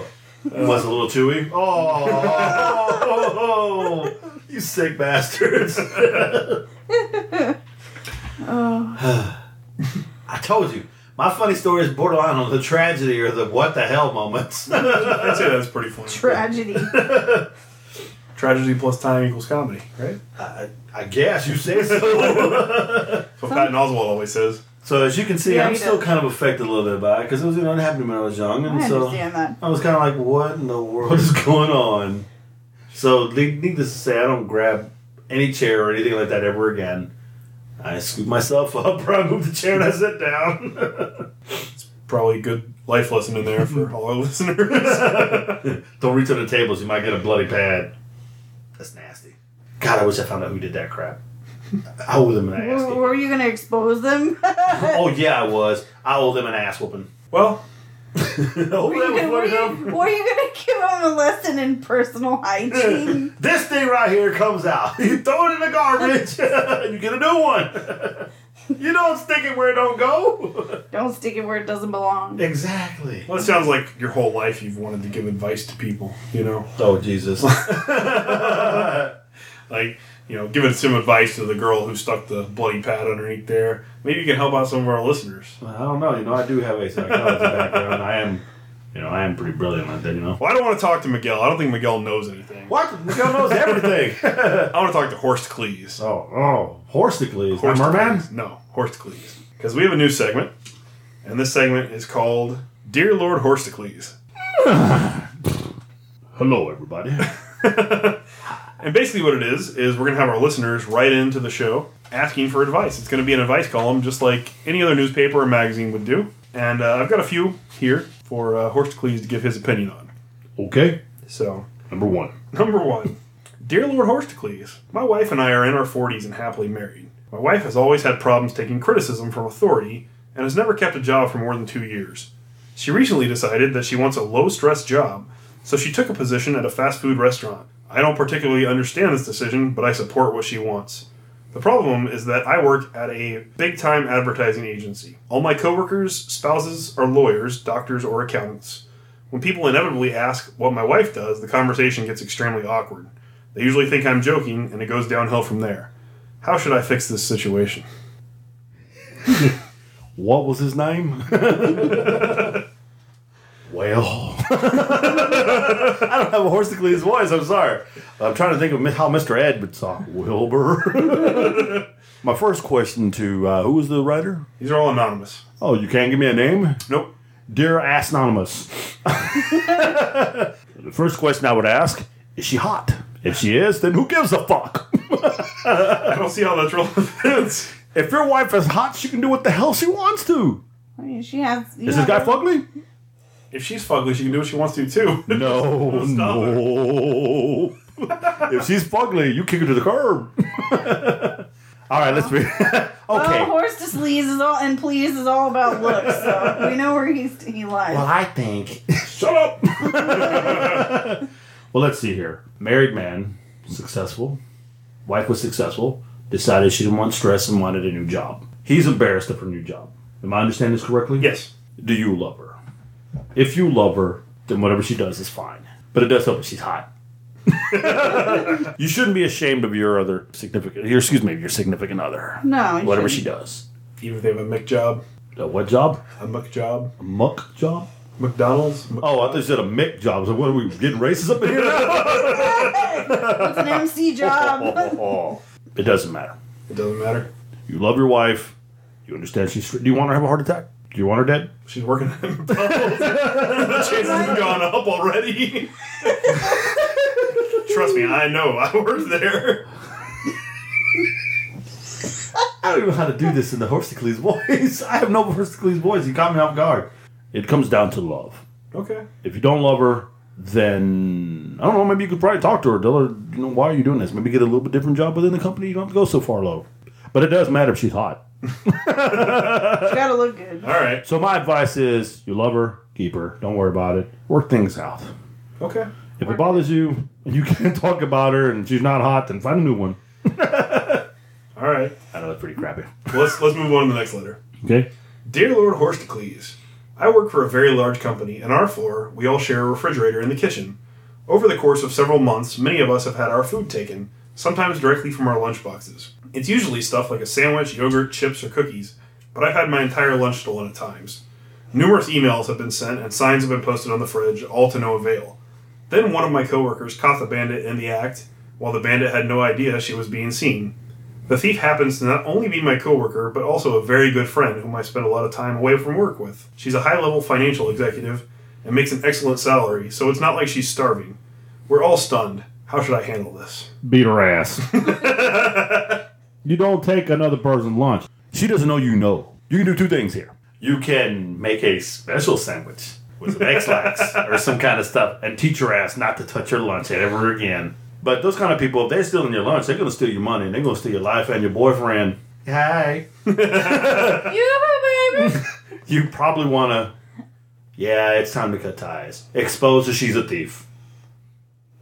S3: Was it a little chewy? Oh. You sick bastards.
S4: Oh,
S3: I told you. My funny story is borderline on the tragedy or the what the hell moments.
S2: I'd say that's pretty funny.
S4: tragedy.
S2: Tragedy plus time equals comedy, right?
S3: I, I guess you say so.
S2: That's what Patton Oswald always says.
S3: so as you can see,
S4: Yeah,
S3: I'm
S4: he
S3: still
S4: does.
S3: kind of affected a little bit by it because it was you know, it happened to me when I was young,
S4: I
S3: and so
S4: understand that.
S3: I was kind of like, what in the world is going on? So le- needless to say, I don't grab any chair or anything like that ever again. I scoop myself up, or I move the chair, and I sit down.
S2: Probably a good life lesson in there for all our listeners.
S3: don't reach on the tables; you might get a bloody pad. That's nasty. God, I wish I found out who did that crap. I owe them an ass.
S4: Were,
S3: whooping.
S4: were you gonna expose them?
S3: Oh yeah, I was. I owe them an ass whooping.
S2: well,
S3: Oh,
S4: Were you, gonna, were, you, were you gonna give them a lesson in personal hygiene?
S3: this thing right here comes out. You throw it in the garbage, and you get a new one. you don't stick it where it don't go.
S4: Don't stick it where it doesn't belong.
S3: Exactly.
S2: well, it sounds like your whole life you've wanted to give advice to people, you know?
S3: Oh Jesus.
S2: Like, you know, giving some advice to the girl who stuck the bloody pad underneath there. Maybe you can help out some of our listeners.
S3: I don't know. You know, I do have a psychology background. I am, you know, I am pretty brilliant at that. You know.
S2: Well, I don't want to talk to Miguel. I don't think Miguel knows anything.
S3: What? Miguel knows everything. oh,
S2: I want to talk to Horst Cleese.
S3: oh, Horsticles, not
S2: Horst
S3: Merman.
S2: Cleese. No, Horsticles. Because we have a new segment, and this segment is called Dear Lord Horsticles.
S3: Hello, everybody.
S2: And basically, what it is is we're gonna have our listeners write into the show asking for advice. It's gonna be an advice column, just like any other newspaper or magazine would do. And uh, I've got a few here for uh, Horsticles to give his opinion on.
S3: okay,
S2: So,
S3: number one.
S2: number one, dear Lord Horsticles, my wife and I are in our forties and happily married. My wife has always had problems taking criticism from authority and has never kept a job for more than two years. She recently decided that she wants a low stress job, so she took a position at a fast food restaurant. I don't particularly understand this decision, but I support what she wants. The problem is that I work at a big time advertising agency. All my coworkers' spouses are lawyers, doctors, or accountants. When people inevitably ask what my wife does, the conversation gets extremely awkward. They usually think I'm joking, and it goes downhill from there. How should I fix this situation?
S3: What was his name? well, I don't have a Horsticles voice. I'm sorry. I'm trying to think of how Mr. Ed would talk. Wilbur. My first question to uh, who was the writer?
S2: These are all anonymous.
S3: Oh, you can't give me a name?
S2: Nope.
S3: Dear Ass Anonymous. the first question I would ask is she hot? If she is, then who gives a fuck?
S2: I don't see how that's relevant.
S3: if your wife is hot, she can do what the hell she wants to.
S4: I mean, she has. you
S3: Is this
S4: have
S3: guy
S4: a-
S3: fugly?
S2: if she's fugly, she can do what she wants to, too.
S3: No,
S2: stop her.
S3: no. if she's fugly, you kick her to the curb. All right, let's be
S4: Well,
S3: okay.
S4: horse to sleaze is all and please is all about looks. So we know where he's he lies.
S3: I think. Shut up. well, let's see here. Married man, successful. Wife was successful. Decided she didn't want stress and wanted a new job. He's embarrassed of her new job. Am I understanding this correctly?
S2: yes.
S3: Do you love her? If you love her, then whatever she does is fine. But it does help if she's hot. you shouldn't be ashamed of your other significant, your, excuse me, your significant other.
S4: No, you
S3: Whatever she
S4: shouldn't.
S3: does.
S2: Even if they have a Mick job,
S3: A what job?
S2: a Muck job,
S3: A muck job?
S2: McDonald's. Mc-
S3: Oh, I thought you said a mick job. So what are we getting racist up in here?
S4: It's an MC job.
S3: Oh. it doesn't matter.
S2: It doesn't matter.
S3: You love your wife. You understand she's. Do you want her to have a heart attack? Do you want her dead?
S2: She's working at McDonald's. the chances have gone up already. Trust me, I know. I worked there.
S3: I don't even know how to do this in the Horsicles voice. I have no Horsicles voice. You caught me off guard. It comes down to love.
S2: Okay.
S3: If you don't love her, then I don't know. Maybe you could probably talk to her. Tell her, you know, why are you doing this? Maybe get a little bit different job within the company. You don't have to go so far low. But it does matter if she's hot.
S4: She gotta look good.
S2: All right.
S3: So my advice is, you love her, keep her. Don't worry about it. Work things out.
S2: Okay.
S3: If it bothers you and you can't talk about her and she's not hot, then find a new one.
S2: All right.
S3: I know that's pretty crappy.
S2: Well, let's let's move on to the next letter.
S3: Okay.
S2: Dear Lord Horsticles, I work for a very large company, and our floor, we all share a refrigerator in the kitchen. Over the course of several months, many of us have had our food taken, sometimes directly from our lunchboxes. It's usually stuff like a sandwich, yogurt, chips, or cookies, but I've had my entire lunch stolen at times. Numerous emails have been sent and signs have been posted on the fridge, all to no avail. Then one of my coworkers caught the bandit in the act, while the bandit had no idea she was being seen. The thief happens to not only be my coworker, but also a very good friend whom I spend a lot of time away from work with. She's a high level financial executive and makes an excellent salary, so it's not like she's starving. We're all stunned. How should I handle this?
S1: Beat her ass. you don't take another person's lunch.
S3: She doesn't know you know. You can do two things here. You can make a special sandwich with some X-Lax or some kind of stuff and teach your ass not to touch your lunch ever again. But those kind of people, if they're stealing your lunch, they're going to steal your money and they're going to steal your life and your boyfriend. Hi.
S4: You baby.
S3: You probably want to, yeah, it's time to cut ties. Expose that she's a thief.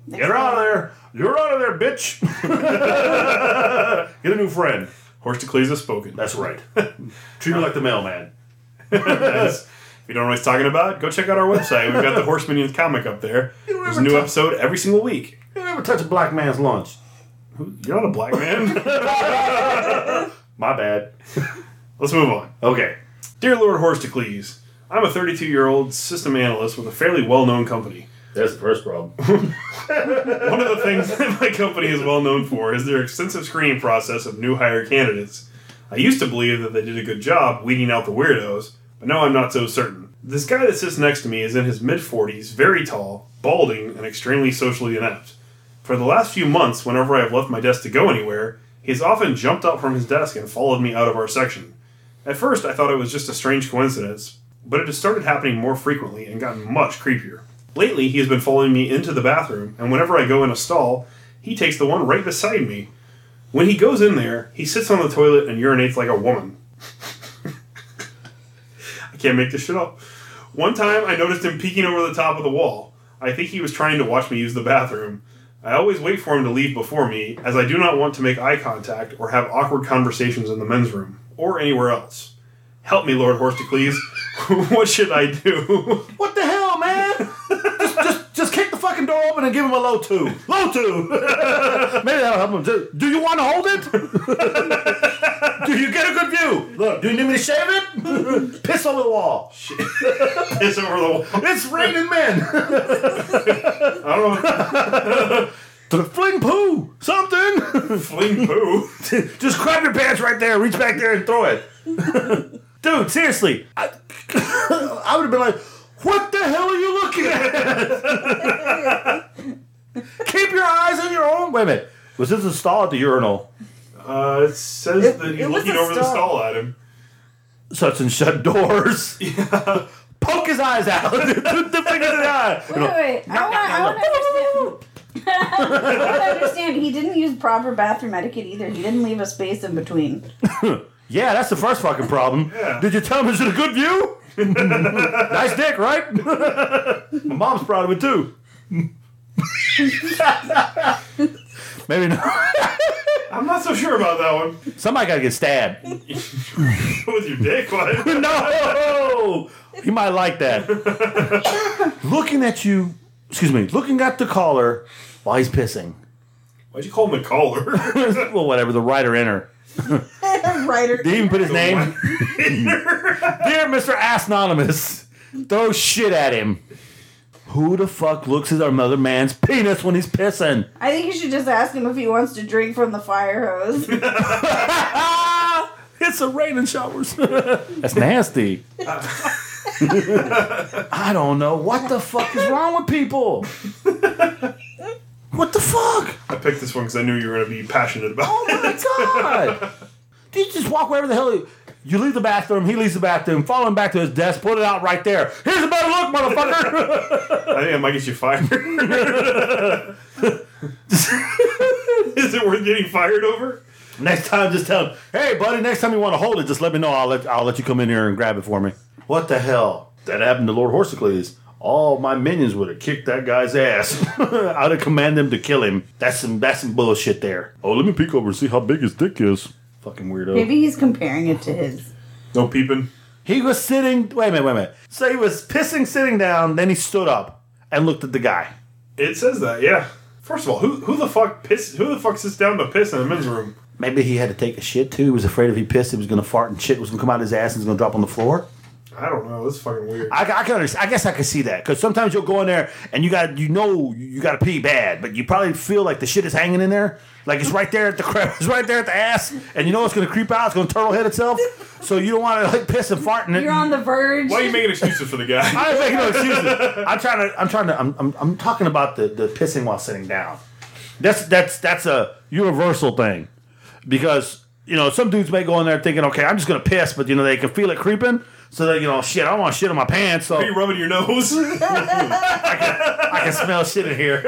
S3: Get her out of there. You're out of there, bitch. Get a new friend.
S2: Horstacles has spoken.
S3: That's right. Treat her like the mailman.
S2: Guys, if you don't know what he's talking about, go check out our website. We've got the Horse Minions comic up there.
S3: don't
S2: There's a
S3: ever
S2: new
S3: talk-
S2: episode every single week.
S3: You never touch a black man's lunch.
S2: You're not a black man.
S3: My bad.
S2: Let's move on.
S3: Okay.
S2: Dear Lord Horstacles, I'm a 32 year old system analyst with a fairly well known company.
S3: That's the first problem.
S2: One of the things that my company is well known for is their extensive screening process of new hire candidates. I used to believe that they did a good job weeding out the weirdos, but now I'm not so certain. This guy that sits next to me is in his mid 40s, very tall, balding, and extremely socially inept. For the last few months, whenever I have left my desk to go anywhere, he has often jumped up from his desk and followed me out of our section. At first, I thought it was just a strange coincidence, but it has started happening more frequently and gotten much creepier. Lately, he has been following me into the bathroom, and whenever I go in a stall, he takes the one right beside me. When he goes in there, he sits on the toilet and urinates like a woman. I can't make this shit up. One time, I noticed him peeking over the top of the wall. I think he was trying to watch me use the bathroom. I always wait for him to leave before me, as I do not want to make eye contact or have awkward conversations in the men's room or anywhere else. Help me, Lord Horstacles. what should I do?
S3: What the hell, man? just, just, just kick the fucking door open and give him a low two. Low two. Maybe that'll help him too. Do you want to hold it? do you get a good view? Look, do you need me to shave it? Piss over the wall.
S2: Piss over the wall.
S3: It's raining men.
S2: I don't know.
S3: to the fling poo. Something.
S2: Fling poo.
S3: just grab your pants right there. Reach back there and throw it. Dude, seriously, I, I would have been like, "What the hell are you looking at?" Keep your eyes on your own. Wait a minute. Was this a stall at the urinal?
S2: Uh, it says
S4: It-
S2: that he's
S4: it was
S2: looking
S4: a
S2: over the
S4: stall.
S2: stall at him.
S3: Such and shut doors. Poke his eyes out. Put the fingers in the eye.
S4: Wait, wait. I want. I want to understand. I want to understand. He didn't use proper bathroom etiquette either. He didn't leave a space in between.
S3: Yeah, that's the first fucking problem.
S2: Yeah.
S3: Did you tell him it's a good view? nice dick, right? My mom's proud of it too. Maybe not.
S2: I'm not so sure about that one.
S3: Somebody got to get stabbed.
S2: With your dick, what?
S3: no! He might like that. looking at you, excuse me, looking at the caller while he's pissing.
S2: Why'd you call him a caller?
S3: Well, whatever, the writer enter.
S4: Writer.
S3: Did he even put his name? Dear Mr. Asnonymous, throw shit at him. Who the fuck looks at another man's penis when he's pissing?
S4: I think you should just ask him if he wants to drink from the fire hose.
S3: Ah, it's a rain and showers. That's nasty. I don't know. What the fuck is wrong with people? What the fuck?
S2: I picked this one because I knew you were going to be passionate about
S3: Oh my god! Do you just walk wherever the hell you, you leave the bathroom? He leaves the bathroom, follow him back to his desk, put it out right there. Here's a better look, motherfucker.
S2: it. I think I might get you fired. Is it worth getting fired over?
S3: next time, just tell him, hey, buddy. Next time you want to hold it, just let me know. I'll let I'll let you come in here and grab it for me. What the hell? That happened to Lord Horsicles. All my minions would have kicked that guy's ass. I'd have commanded him to kill him. That's some that's some bullshit there. Oh, let me peek over and see how big his dick is. Fucking weirdo.
S4: Maybe he's comparing it to his.
S2: No peeping.
S3: He was sitting. Wait a minute, wait a minute. So he was pissing, sitting down. Then he stood up and looked at the guy.
S2: It says that, yeah. First of all, who who the fuck piss who the fuck sits down to piss in the men's room?
S3: Maybe he had to take a shit too. He was afraid if he pissed, he was going to fart and shit was going to come out of his ass and was going to drop on the floor.
S2: I don't know. This is fucking weird.
S3: I, I can understand. I guess I can see that because sometimes you'll go in there and you got you know you got to pee bad, but you probably feel like the shit is hanging in there, like it's right there at the crap, it's right there at the ass, and you know it's gonna creep out, it's gonna turtle head itself, so you don't want to like piss and fart in it.
S4: You're on the verge.
S2: Why are you making excuses for the guy?
S3: I'm making no excuses. I'm trying to. I'm trying to. I'm, I'm, I'm talking about the, the pissing while sitting down. That's that's that's a universal thing, because you know some dudes may go in there thinking, okay, I'm just gonna piss, but you know they can feel it creeping, so they you know shit, I don't want shit on my pants, so
S2: Are you rubbing your nose?
S3: I can smell shit in here.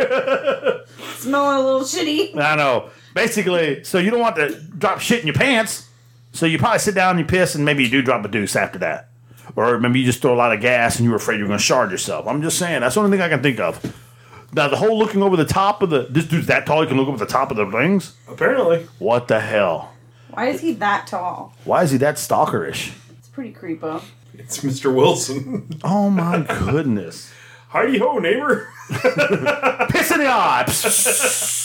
S4: smelling a little shitty.
S3: I know. Basically, so you don't want to drop shit in your pants, so you probably sit down and you piss, and maybe you do drop a deuce after that. Or maybe you just throw a lot of gas and you were afraid you were going to shard yourself. I'm just saying, that's the only thing I can think of. Now, the whole looking over the top of the. This dude's that tall, he can look over the top of the rings?
S2: Apparently,
S3: What the hell?
S4: Why is he that tall?
S3: Why is he that stalkerish?
S4: It's pretty creepo.
S2: it's Mr. Wilson.
S3: Oh my goodness.
S2: Heidi ho, neighbor.
S3: Piss in the eye! Psst.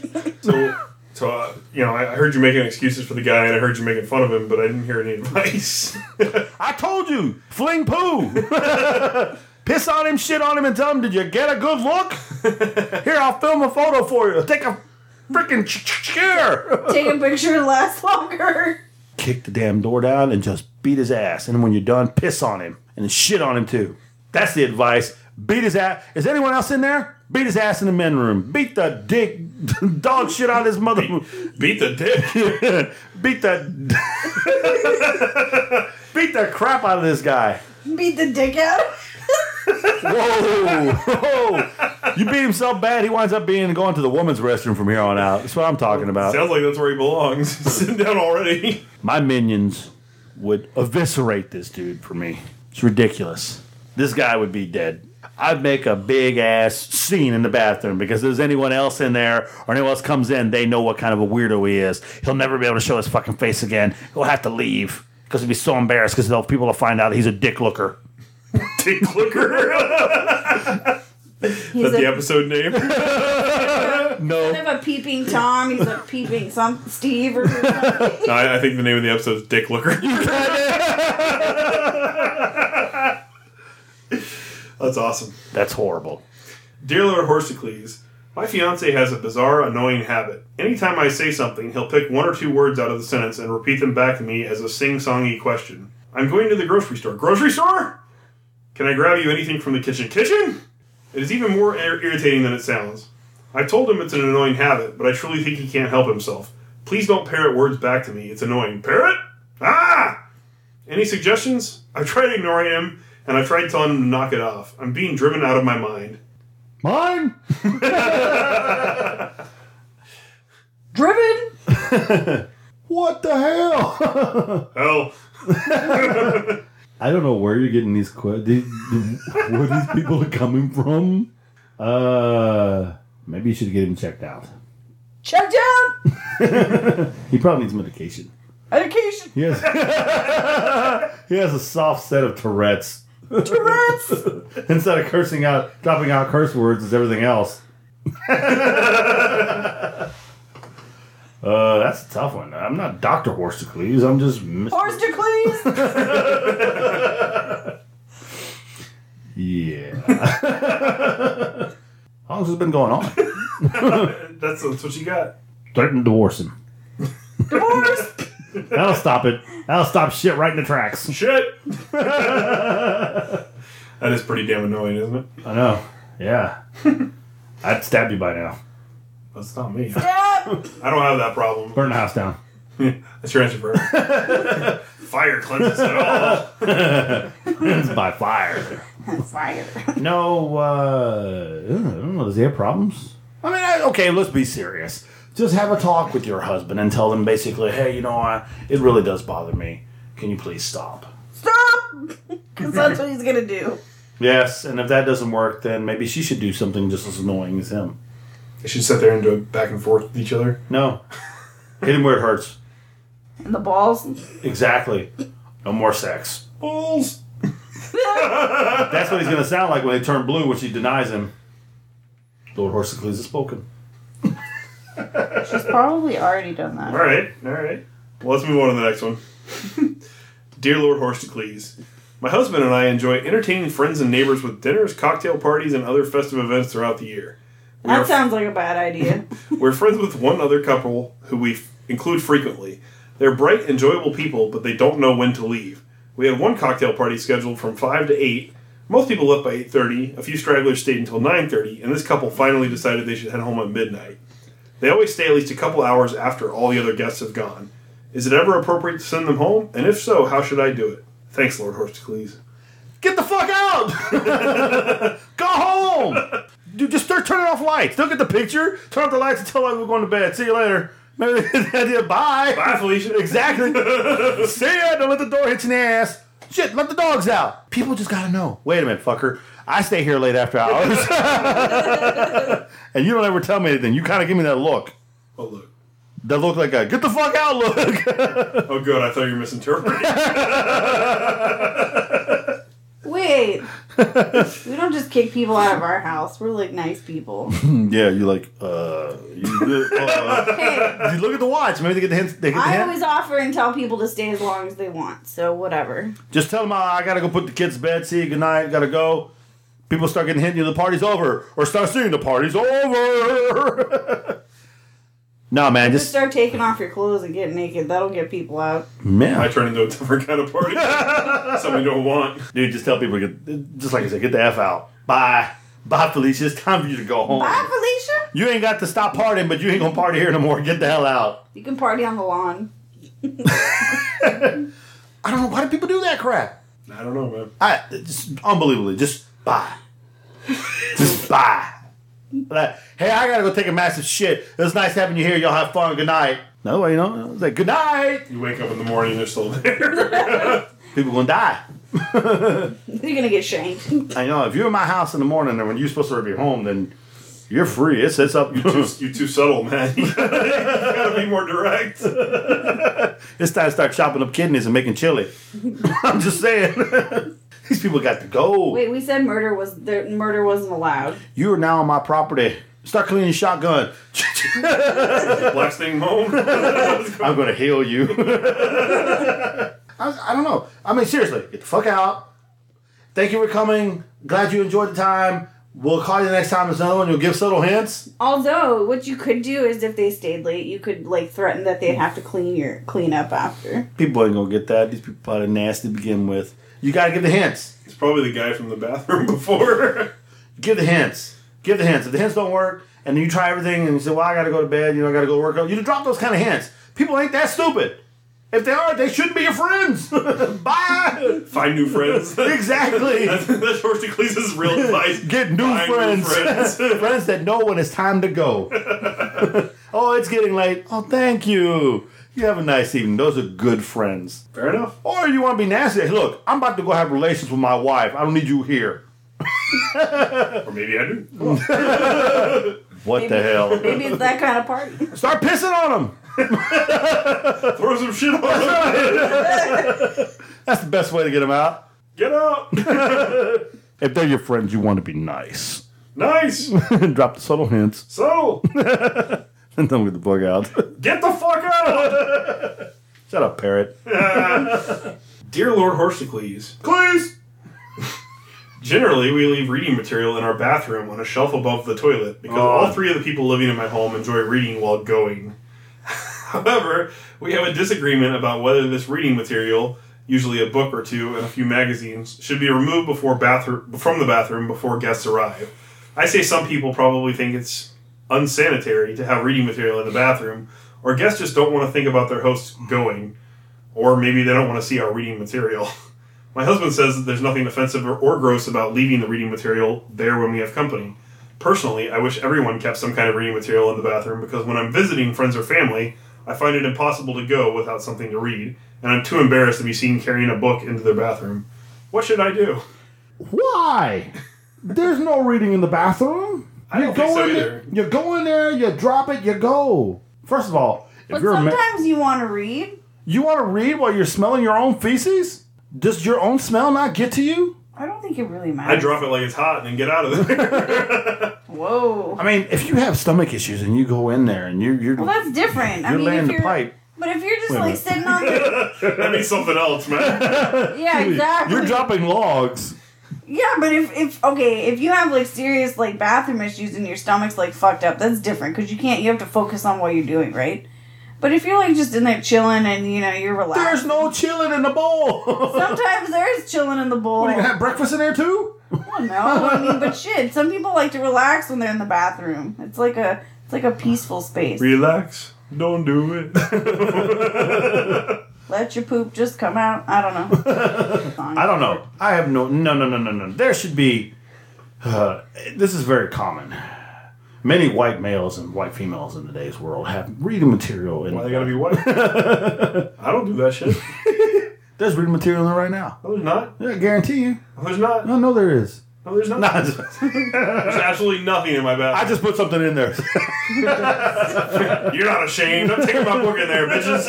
S2: So, so uh, you know, I I heard you making excuses for the guy, and I heard you making fun of him, but I didn't hear any advice.
S3: I told you, fling poo. Piss on him, shit on him, and tell him, did you get a good look? Here, I'll film a photo for you. Take a freaking ch- ch- chair.
S4: Take a picture last longer.
S3: Kick the damn door down and just beat his ass. And when you're done, piss on him and shit on him too. That's the advice. Beat his ass. Is anyone else in there? Beat his ass in the men's room. Beat the dick, dog shit out of his mother.
S2: Beat the dick.
S3: beat the, beat the crap out of this guy.
S4: Beat the dick out.
S3: Whoa, whoa! You beat him so bad, he winds up being going to the woman's restroom from here on out. That's what I'm talking about.
S2: Sounds like that's where he belongs. He's sitting down already.
S3: My minions would eviscerate this dude for me. It's ridiculous. This guy would be dead. I'd make a big ass scene in the bathroom because if there's anyone else in there or anyone else comes in, they know what kind of a weirdo he is. He'll never be able to show his fucking face again. He'll have to leave because he'd be so embarrassed because people will find out he's a dick looker.
S2: Dick Looker.
S4: He's
S2: the
S4: a,
S2: episode name.
S3: No.
S4: kind of a peeping Tom. He's a peeping some Steve or something.
S2: No, I, I think the name of the episode is Dick Looker. That's awesome.
S3: That's horrible.
S2: Dear Lord Horsicles, my fiance has a bizarre, annoying habit. Anytime I say something, he'll pick one or two words out of the sentence and repeat them back to me as a sing-songy question. I'm going to the grocery store. Grocery store? Can I grab you anything from the kitchen? Kitchen? It is even more ir- irritating than it sounds. I've told him it's an annoying habit, but I truly think he can't help himself. Please don't parrot words back to me. It's annoying. Parrot? Ah! Any suggestions? I've tried ignoring him, and I've tried telling him to knock it off. I'm being driven out of my mind.
S3: Mine?
S4: Driven.
S3: What the hell?
S2: Hell,
S1: I don't know where you're getting these questions. where these people are coming from? Uh, maybe you should get him checked out.
S4: Checked out.
S1: He probably needs medication.
S4: Education.
S1: He has, he has a soft set of Tourette's.
S4: Tourette's.
S1: Instead of cursing out, dropping out curse words is everything else. uh, that's a tough one. I'm not Doctor Horsicles. I'm just Mr.
S4: Horsticles.
S1: yeah.
S3: How long has this been going on?
S2: that's, that's what you got.
S1: Threaten to divorce him.
S4: Divorce.
S1: That'll stop it. That'll stop shit right in the tracks.
S2: Shit! that is pretty damn annoying, isn't it?
S1: I know. Yeah. I'd stab you by now.
S2: That's not me.
S4: Yep.
S2: I don't have that problem.
S1: Burn the house down.
S2: That's your answer for it. Fire cleanses it all.
S1: It's by fire.
S4: Fire.
S1: No, uh, I don't know. Does he have problems?
S3: I mean, I, okay, let's be serious. Just have a talk with your husband and tell them basically, hey, you know, I, it really does bother me. Can you please stop?
S4: Stop. Because that's what he's gonna do.
S3: Yes, and if that doesn't work, then maybe she should do something just as annoying as him.
S2: They should sit there and do it back and forth with each other.
S3: No. Hit him where it hurts.
S4: And the balls.
S3: Exactly. No more sex.
S2: Balls!
S3: That's what he's going to sound like when they turn blue, which he denies him.
S1: Lord Horsicles has spoken.
S4: She's probably already done that.
S2: All right, all right. Well, let's move on to the next one. Dear Lord Horsticles, my husband and I enjoy entertaining friends and neighbors with dinners, cocktail parties, and other festive events throughout the year. We
S4: That
S2: are,
S4: sounds like a bad idea.
S2: we're friends with one other couple who we f- include frequently. They're bright, enjoyable people, but they don't know when to leave. We had one cocktail party scheduled from five to eight. Most people left by eight thirty. A few stragglers stayed until nine thirty, and this couple finally decided they should head home at midnight. They always stay at least a couple hours after all the other guests have gone. Is it ever appropriate to send them home? And if so, how should I do it? Thanks, Lord Horsticles.
S1: Get the fuck out! Go home! Dude, just start turning off lights. Don't get the picture. Turn off the lights and tell us we're going to bed. See you later. Maybe they get the idea. Bye.
S2: Bye, Felicia.
S1: Exactly. See ya. Don't let the door hit you in the ass. Shit, let the dogs out. People just gotta know. Wait a minute, fucker. I stay here late after hours. and you don't ever tell me anything. You kind of give me that look.
S2: Oh look.
S1: That look like a get the fuck out look.
S2: Oh good, I thought you were misinterpreting.
S4: Wait. we don't just kick people out of our house. We're like nice people.
S1: yeah, you like, uh, you, uh,
S4: Hey,
S1: you look at the watch. Maybe they get the hint. They get the
S4: I
S1: hint.
S4: always offer and tell people to stay as long as they want, so whatever.
S1: Just tell them uh, I gotta go put the kids to bed. See you. Good night. Gotta go. People start getting hit. You know, the party's over, or start singing the party's over. no, man,
S4: Just
S1: just
S4: start taking off your clothes and getting naked. That'll get people out.
S2: I
S1: man,
S2: turn into a different kind of party. Something you don't want.
S1: dude, just tell people to get, just like I said, get the f out. Bye, bye, Felicia. It's time for you to go home.
S4: Bye, Felicia.
S1: You ain't got to stop partying, but you ain't gonna party here no more. Get the hell out.
S4: You can party on the lawn.
S1: I don't know why do people do that crap.
S2: I don't know, man.
S1: I just unbelievably just bye, just bye. Ah. Like, hey, I gotta go take a massive shit. It was nice having you here. Y'all have fun. Good night. No, you know, I was like good night.
S2: You wake up in the morning and they're still there.
S1: People gonna die.
S4: You're gonna get shanked.
S1: I know. If you're in my house in the morning and when you're supposed to be home, then you're free. It sets up.
S2: you too subtle, man. you gotta be more direct.
S1: It's time to start chopping up kidneys and making chili. I'm just saying. These people got to go.
S4: Wait, we said murder was the murder wasn't allowed.
S1: You are now on my property. Start cleaning shotgun.
S2: Black thing home.
S1: I'm gonna heal you. I, I don't know. I mean, seriously, get the fuck out. Thank you for coming. Glad you enjoyed the time. We'll call you next time. There's another one. You'll give subtle hints.
S4: Although, what you could do is if they stayed late, you could like threaten that they'd have to clean your clean up after.
S1: People ain't gonna get that. These people are nasty to begin with. You gotta give the hints.
S2: it's probably the guy from the bathroom before.
S1: Give the hints. Give the hints. If the hints don't work, and you try everything, and you say, "Well, I gotta go to bed. You know, I gotta go work out." You just drop those kind of hints. People ain't that stupid. If they are, they shouldn't be your friends. Bye.
S2: Find new friends.
S1: exactly.
S2: That's, that's Horsticles' real advice.
S1: Get new
S2: Find
S1: friends. friends.
S2: friends.
S1: that know when it's time to go. oh, it's getting late. Oh, thank you. You have a nice evening. Those are good friends.
S2: Fair enough.
S1: Or you want to be nasty. Hey, look, I'm about to go have relations with my wife. I don't need you here.
S2: Or maybe I do.
S1: What the hell?
S4: Maybe it's that kind of party.
S1: Start pissing on them.
S2: Throw some shit on him.
S1: That's the best way to get them out.
S2: Get up.
S1: If they're your friends, you want to be nice.
S2: Nice.
S1: Drop the subtle hints
S2: So,
S1: and don't get the bug out.
S2: get the fuck out.
S1: Shut up, parrot.
S2: Dear Lord Horsticles, please. Generally, we leave reading material in our bathroom on a shelf above the toilet because all three of the people living in my home enjoy reading while going. However, we have a disagreement about whether this reading material, usually a book or two and a few magazines, should be removed before bathroom from the bathroom before guests arrive. I say some people probably think it's unsanitary to have reading material in the bathroom, or guests just don't want to think about their hosts going or maybe they don't want to see our reading material. My husband says that there's nothing offensive or, or gross about leaving the reading material there when we have company. Personally, I wish everyone kept some kind of reading material in the bathroom because when I'm visiting friends or family, I find it impossible to go without something to read, and I'm too embarrassed to be seen carrying a book into their bathroom. What should I do?
S5: Why? There's no reading in the bathroom.
S2: I don't
S5: you
S2: think
S5: go
S2: so
S5: in
S2: either.
S5: there, you go in there, you drop it, you go. First of all, if
S4: But
S5: you're a ma-
S4: sometimes you want to read.
S5: you want to read while you're smelling your own feces, does your own smell not get to you?
S4: I don't think it really
S2: I
S4: matters.
S2: drop it like it's hot and then get out of there.
S4: Whoa.
S3: I mean, if you have stomach issues and you go in there and you're you're,
S4: Well, that's different. I
S3: you're
S4: mean,
S3: laying
S4: if
S3: the
S4: you're,
S3: pipe,
S4: but if you're just
S1: Wait a
S4: like
S1: minute.
S4: sitting on the
S2: That means something else, man.
S4: yeah, exactly.
S1: You're dropping logs.
S4: Yeah, but if, if okay, if you have like serious like bathroom issues and your stomach's like fucked up, that's different because you can't. You have to focus on what you're doing, right? But if you're like just in there chilling and you know you're
S3: there's
S4: relaxed,
S3: no chilling in the bowl. what,
S4: sometimes there's chilling in the bowl.
S3: are you gonna have breakfast in there too?
S4: I don't know. I mean, but shit, some people like to relax when they're in the bathroom. It's like a it's like a peaceful space.
S2: Relax. Don't do it.
S4: Let your poop just come out. I don't know.
S3: I don't know. I have no no no no no no. There should be. Uh, this is very common. Many white males and white females in today's world have reading material in.
S2: Why they gotta be white? I don't do that shit.
S3: There's reading material in there right now.
S2: No, there's not.
S3: Yeah, I guarantee you.
S2: No, there's not.
S3: No, no, there is.
S2: No, there's not.
S3: No, I just-
S2: There's absolutely nothing in my
S3: I
S2: bathroom.
S3: just put something in there.
S2: You're not ashamed. I'm taking my book in there, bitches.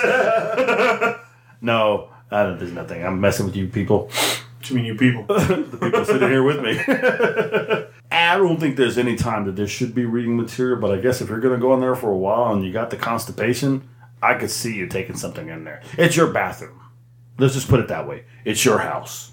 S2: what
S3: no, I don't. There's nothing. I'm messing with you people.
S2: do you mean, you people?
S3: The people sitting here with me. I don't think there's any time that there should be reading material, but I guess if you're going to go in there for a while and you got the constipation, I could see you taking something in there. It's your bathroom. Let's just put it that way. It's your house.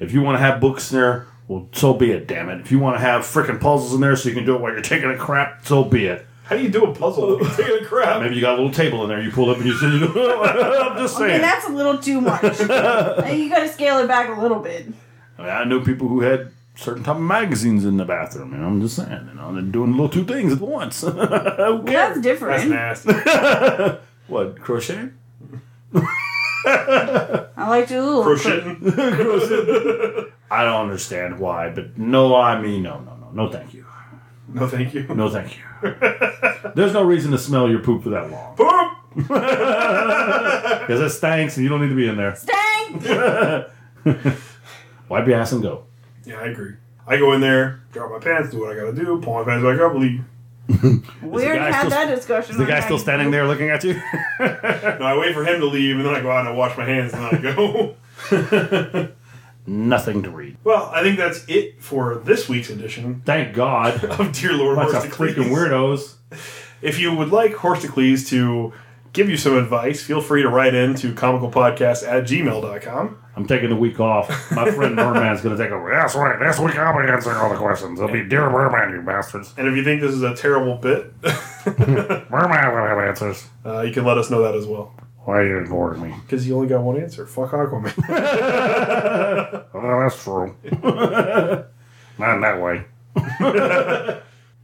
S3: If you want to have books in there, well, so be it, damn it. If you want to have freaking puzzles in there so you can do it while you're taking a crap, so be it.
S2: How do you do a puzzle? You're taking a crap.
S3: Maybe you got a little table in there you pull up and you sit. I'm just saying.
S4: Okay, that's a little too much. Uh, you got to scale it back a little bit.
S3: I mean, I know people who had certain type of magazines in the bathroom. You know, I'm just saying, you know, they're doing little two things at once. Who cares?
S4: That's
S2: That's
S4: different.
S2: nasty.
S3: What crochet?
S4: I like to ooh,
S2: Crocheting.
S3: I don't understand why, but no, I mean, no, no, no, no, thank you,
S2: No, thank you.
S3: no, thank you. There's no reason to smell your poop for that long
S2: Boom!
S3: because it stinks and you don't need to be in there.
S4: Stank!
S3: Wipe your ass and go.
S2: Yeah, I agree. I go in there, drop my pants, do what I gotta do, pull my pants back up, leave.
S4: We already
S3: guy
S4: had
S3: still-
S4: that discussion.
S3: Is the
S4: on
S3: guy
S4: how
S3: still
S4: you-
S3: standing there looking at you?
S2: No, I wait for him to leave, and then I go out and I wash my hands, and then I go.
S3: Nothing to read.
S2: well, I think that's it for this week's edition
S3: Thank God.
S2: of Dear Lord
S3: Bunch of
S2: Horsecles.
S3: freaking weirdos.
S2: If you would like Horsecles to give you some advice, feel free to write in to comicalpodcast at gmail.com.
S3: I'm taking the week off. My friend Merman's gonna take over. That's right. This week I'll be answering all the questions. It'll be dear Merman, you bastards.
S2: And if you think this is a terrible bit,
S3: Merman will have answers.
S2: uh, you can let us know that as well.
S3: Why are you ignoring me?
S2: Because you only got one answer. Fuck Aquaman.
S3: Oh, that's true. Not in that way.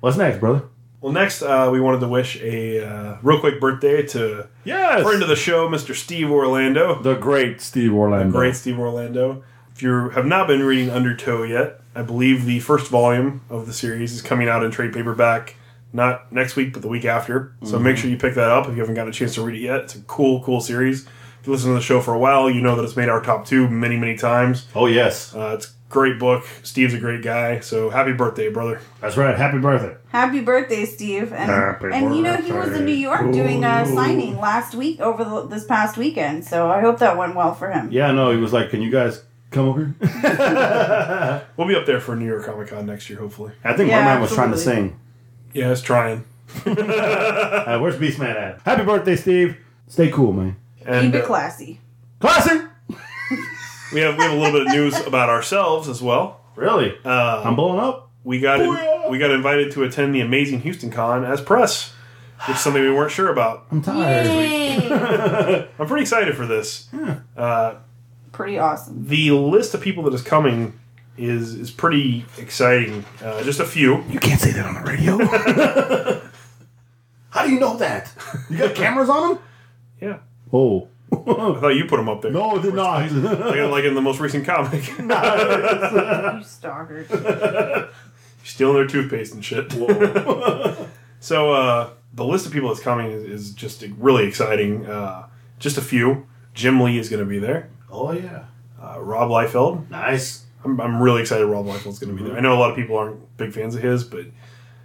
S3: What's next, brother?
S2: well, next, uh, we wanted to wish a uh, real quick birthday to
S3: Yes,
S2: friend of the show, Mr. Steve Orlando.
S3: the great Steve Orlando.
S2: Great Steve Orlando. If you have not been reading Undertow yet, I believe the first volume of the series is coming out in trade paperback, not next week, but the week after. So make sure you pick that up if you haven't got a chance to read it yet. It's a cool, cool series. If you listen to the show for a while, you know that it's made our top two many, many times.
S3: Oh yes,
S2: Uh, it's a great book. Steve's a great guy. So happy birthday, brother.
S3: that's right. Happy birthday.
S4: Happy birthday, Steve! And
S3: Happy
S4: and you know he was in New York doing a signing last week over the, this past weekend, so I hope that went well for him.
S3: Yeah, no, he was like, "Can you guys come over?" here?"
S2: We'll be up there for New York Comic Con next year, hopefully.
S3: I think
S4: Yeah,
S3: Merman was trying to
S4: absolutely.
S3: sing.
S2: Yeah, it's trying.
S3: Uh, where's Beastman at? Happy birthday, Steve. Stay cool, man.
S2: And
S4: Keep it
S2: uh,
S4: classy.
S3: Classy.
S2: we have we have a little bit of news about ourselves as well.
S3: Really?
S2: Uh,
S3: I'm blowing up.
S2: we got
S3: Booyah!
S2: we got invited to attend the amazing Houston Con as press, which is something we weren't sure about.
S3: I'm tired.
S2: I'm pretty excited for this. Uh,
S4: Pretty awesome.
S2: the list of people that is coming is is pretty exciting. Uh, just a few.
S3: You can't say that on the radio. How do you know that? You got cameras on them?
S2: Yeah,
S1: Oh.
S2: I thought you put them up there.
S3: No, it did not.
S2: like, in- like in the most recent comic,
S4: You stalker.
S2: stealing their toothpaste and shit. so uh, the list of people that's coming is, is just really exciting. Uh, just a few. Jim Lee is going to be there.
S3: oh yeah,
S2: Uh, Rob Liefeld.
S3: nice.
S2: I'm, I'm really excited Rob
S1: Mm-hmm.
S2: Liefeld's going to be there. I know a lot of people aren't big fans of his, but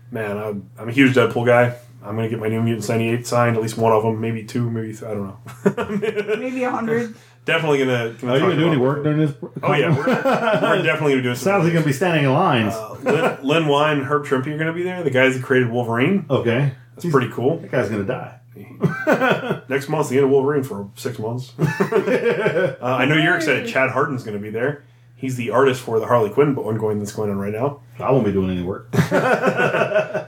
S2: man, I'm, I'm a huge Deadpool guy. I'm gonna get my New Mutants '98 signed, at least one of them, maybe two, maybe th- I don't know.
S4: Maybe a hundred.
S2: definitely gonna.
S1: Are you gonna do any work during this?
S2: Oh yeah, we're, we're definitely gonna do. some-
S1: Sounds like you're gonna be standing in lines.
S2: Uh, Lynn, Lynn Wine and Herb Trimpe are gonna be there. The guys that created Wolverine.
S1: okay,
S2: That's pretty cool.
S1: That guy's gonna die.
S2: Next month's the end of Wolverine for six months. uh, I know you're excited. Chad Harden's gonna be there. He's the artist for the Harley Quinn ongoing that's going on right now.
S1: I won't be doing any work.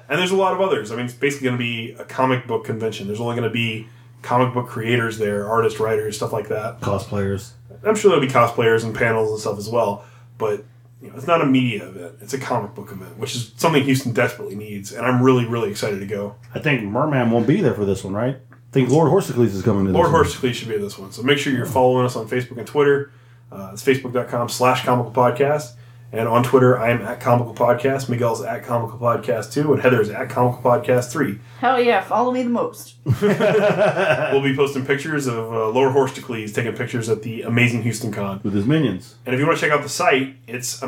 S2: And there's a lot of others. I mean, it's basically going to be a comic book convention. There's only going to be comic book creators there, artists, writers, stuff like that.
S1: Cosplayers.
S2: I'm sure there'll be cosplayers and panels and stuff as well. But you know, it's not a media event; it's a comic book event, which is something Houston desperately needs. And I'm really, really excited to go.
S1: I think Merman won't be there for this one, right? I think Lord Horsicles is coming to
S2: Lord
S1: this one.
S2: Horsicles should be at this one, so make sure you're following us on Facebook and Twitter. Uh, it's facebook.com/slash comical podcast. And on Twitter, I am at Comical Podcast. Miguel's at Comical Podcast 2, and Heather's at Comical Podcast 3.
S4: Hell yeah, follow me the most.
S2: We'll be posting pictures of uh, Lord Horsticles taking pictures at the Amazing Houston Con.
S1: with his minions.
S2: And if you want to check out the site, it's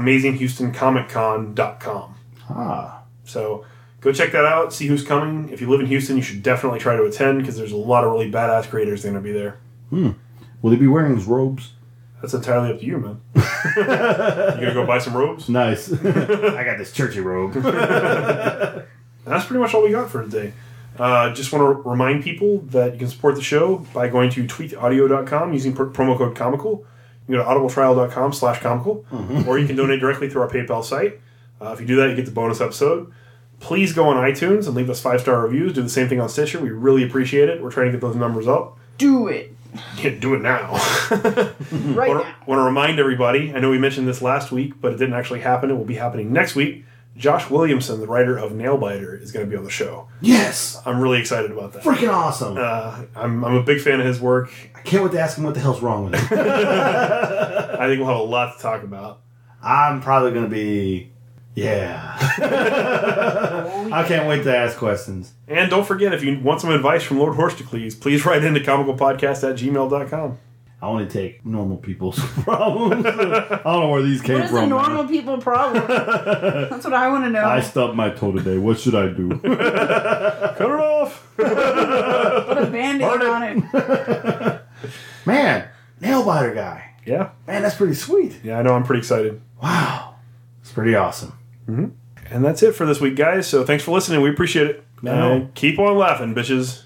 S2: amazinghoustoncomicconcom.
S1: Ah,
S2: So go check that out, see who's coming. If you live in Houston, you should definitely try to attend because there's a lot of really badass creators going to be there.
S1: will he be wearing his robes?
S2: That's entirely up to you, man. you going to go buy some robes?
S1: Nice. I got this churchy robe.
S2: And that's pretty much all we got for today. Uh, just want to remind people that you can support the show by going to tweetaudio.com using pr- promo code comical. You can go to audibletrial.com slash comical, or you can donate directly through our PayPal site. Uh, if you do that, you get the bonus episode. Please go on iTunes and leave us five star reviews. Do the same thing on Stitcher. We really appreciate it. We're trying to get those numbers up.
S4: Do it
S2: Yeah, do it now.
S4: right
S2: want,
S4: now.
S2: to, want to remind everybody i know we mentioned this last week but it didn't actually happen it will be happening next week josh williamson the writer of nailbiter is going to be on the show
S1: yes,
S2: i'm really excited about that
S1: freaking awesome.
S2: uh, I'm, I'm a big fan of his work
S1: I can't wait to ask him what the hell's wrong with him.
S2: i think we'll have a lot to talk about
S1: I'm probably gonna be, yeah. I can't wait to ask questions.
S2: and don't forget if you want some advice from lord horsticles please write into comicalpodcast at gmail.com
S1: I only take normal people's problems. I don't know where these came
S4: What is
S1: from.
S4: a
S1: man.
S4: normal people problem? That's what I want to know.
S1: I stubbed my toe today. What should I do?
S2: cut it off
S4: Put a band aid on it.
S1: man, nail biter guy.
S2: yeah
S1: Man, that's pretty sweet.
S2: yeah i know i'm pretty excited
S1: Wow, it's pretty awesome.
S2: and that's it for this week guys so thanks for listening we appreciate it
S1: No.
S2: And keep on laughing bitches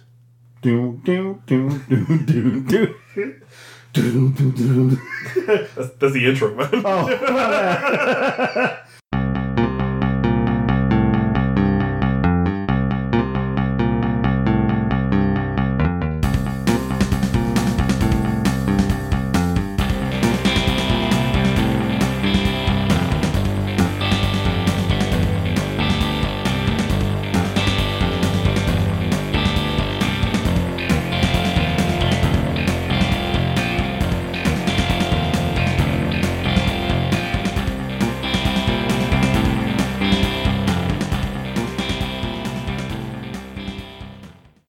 S1: Do do do do do do. Do, do, do, do.
S2: that's, that's the intro man
S1: Oh,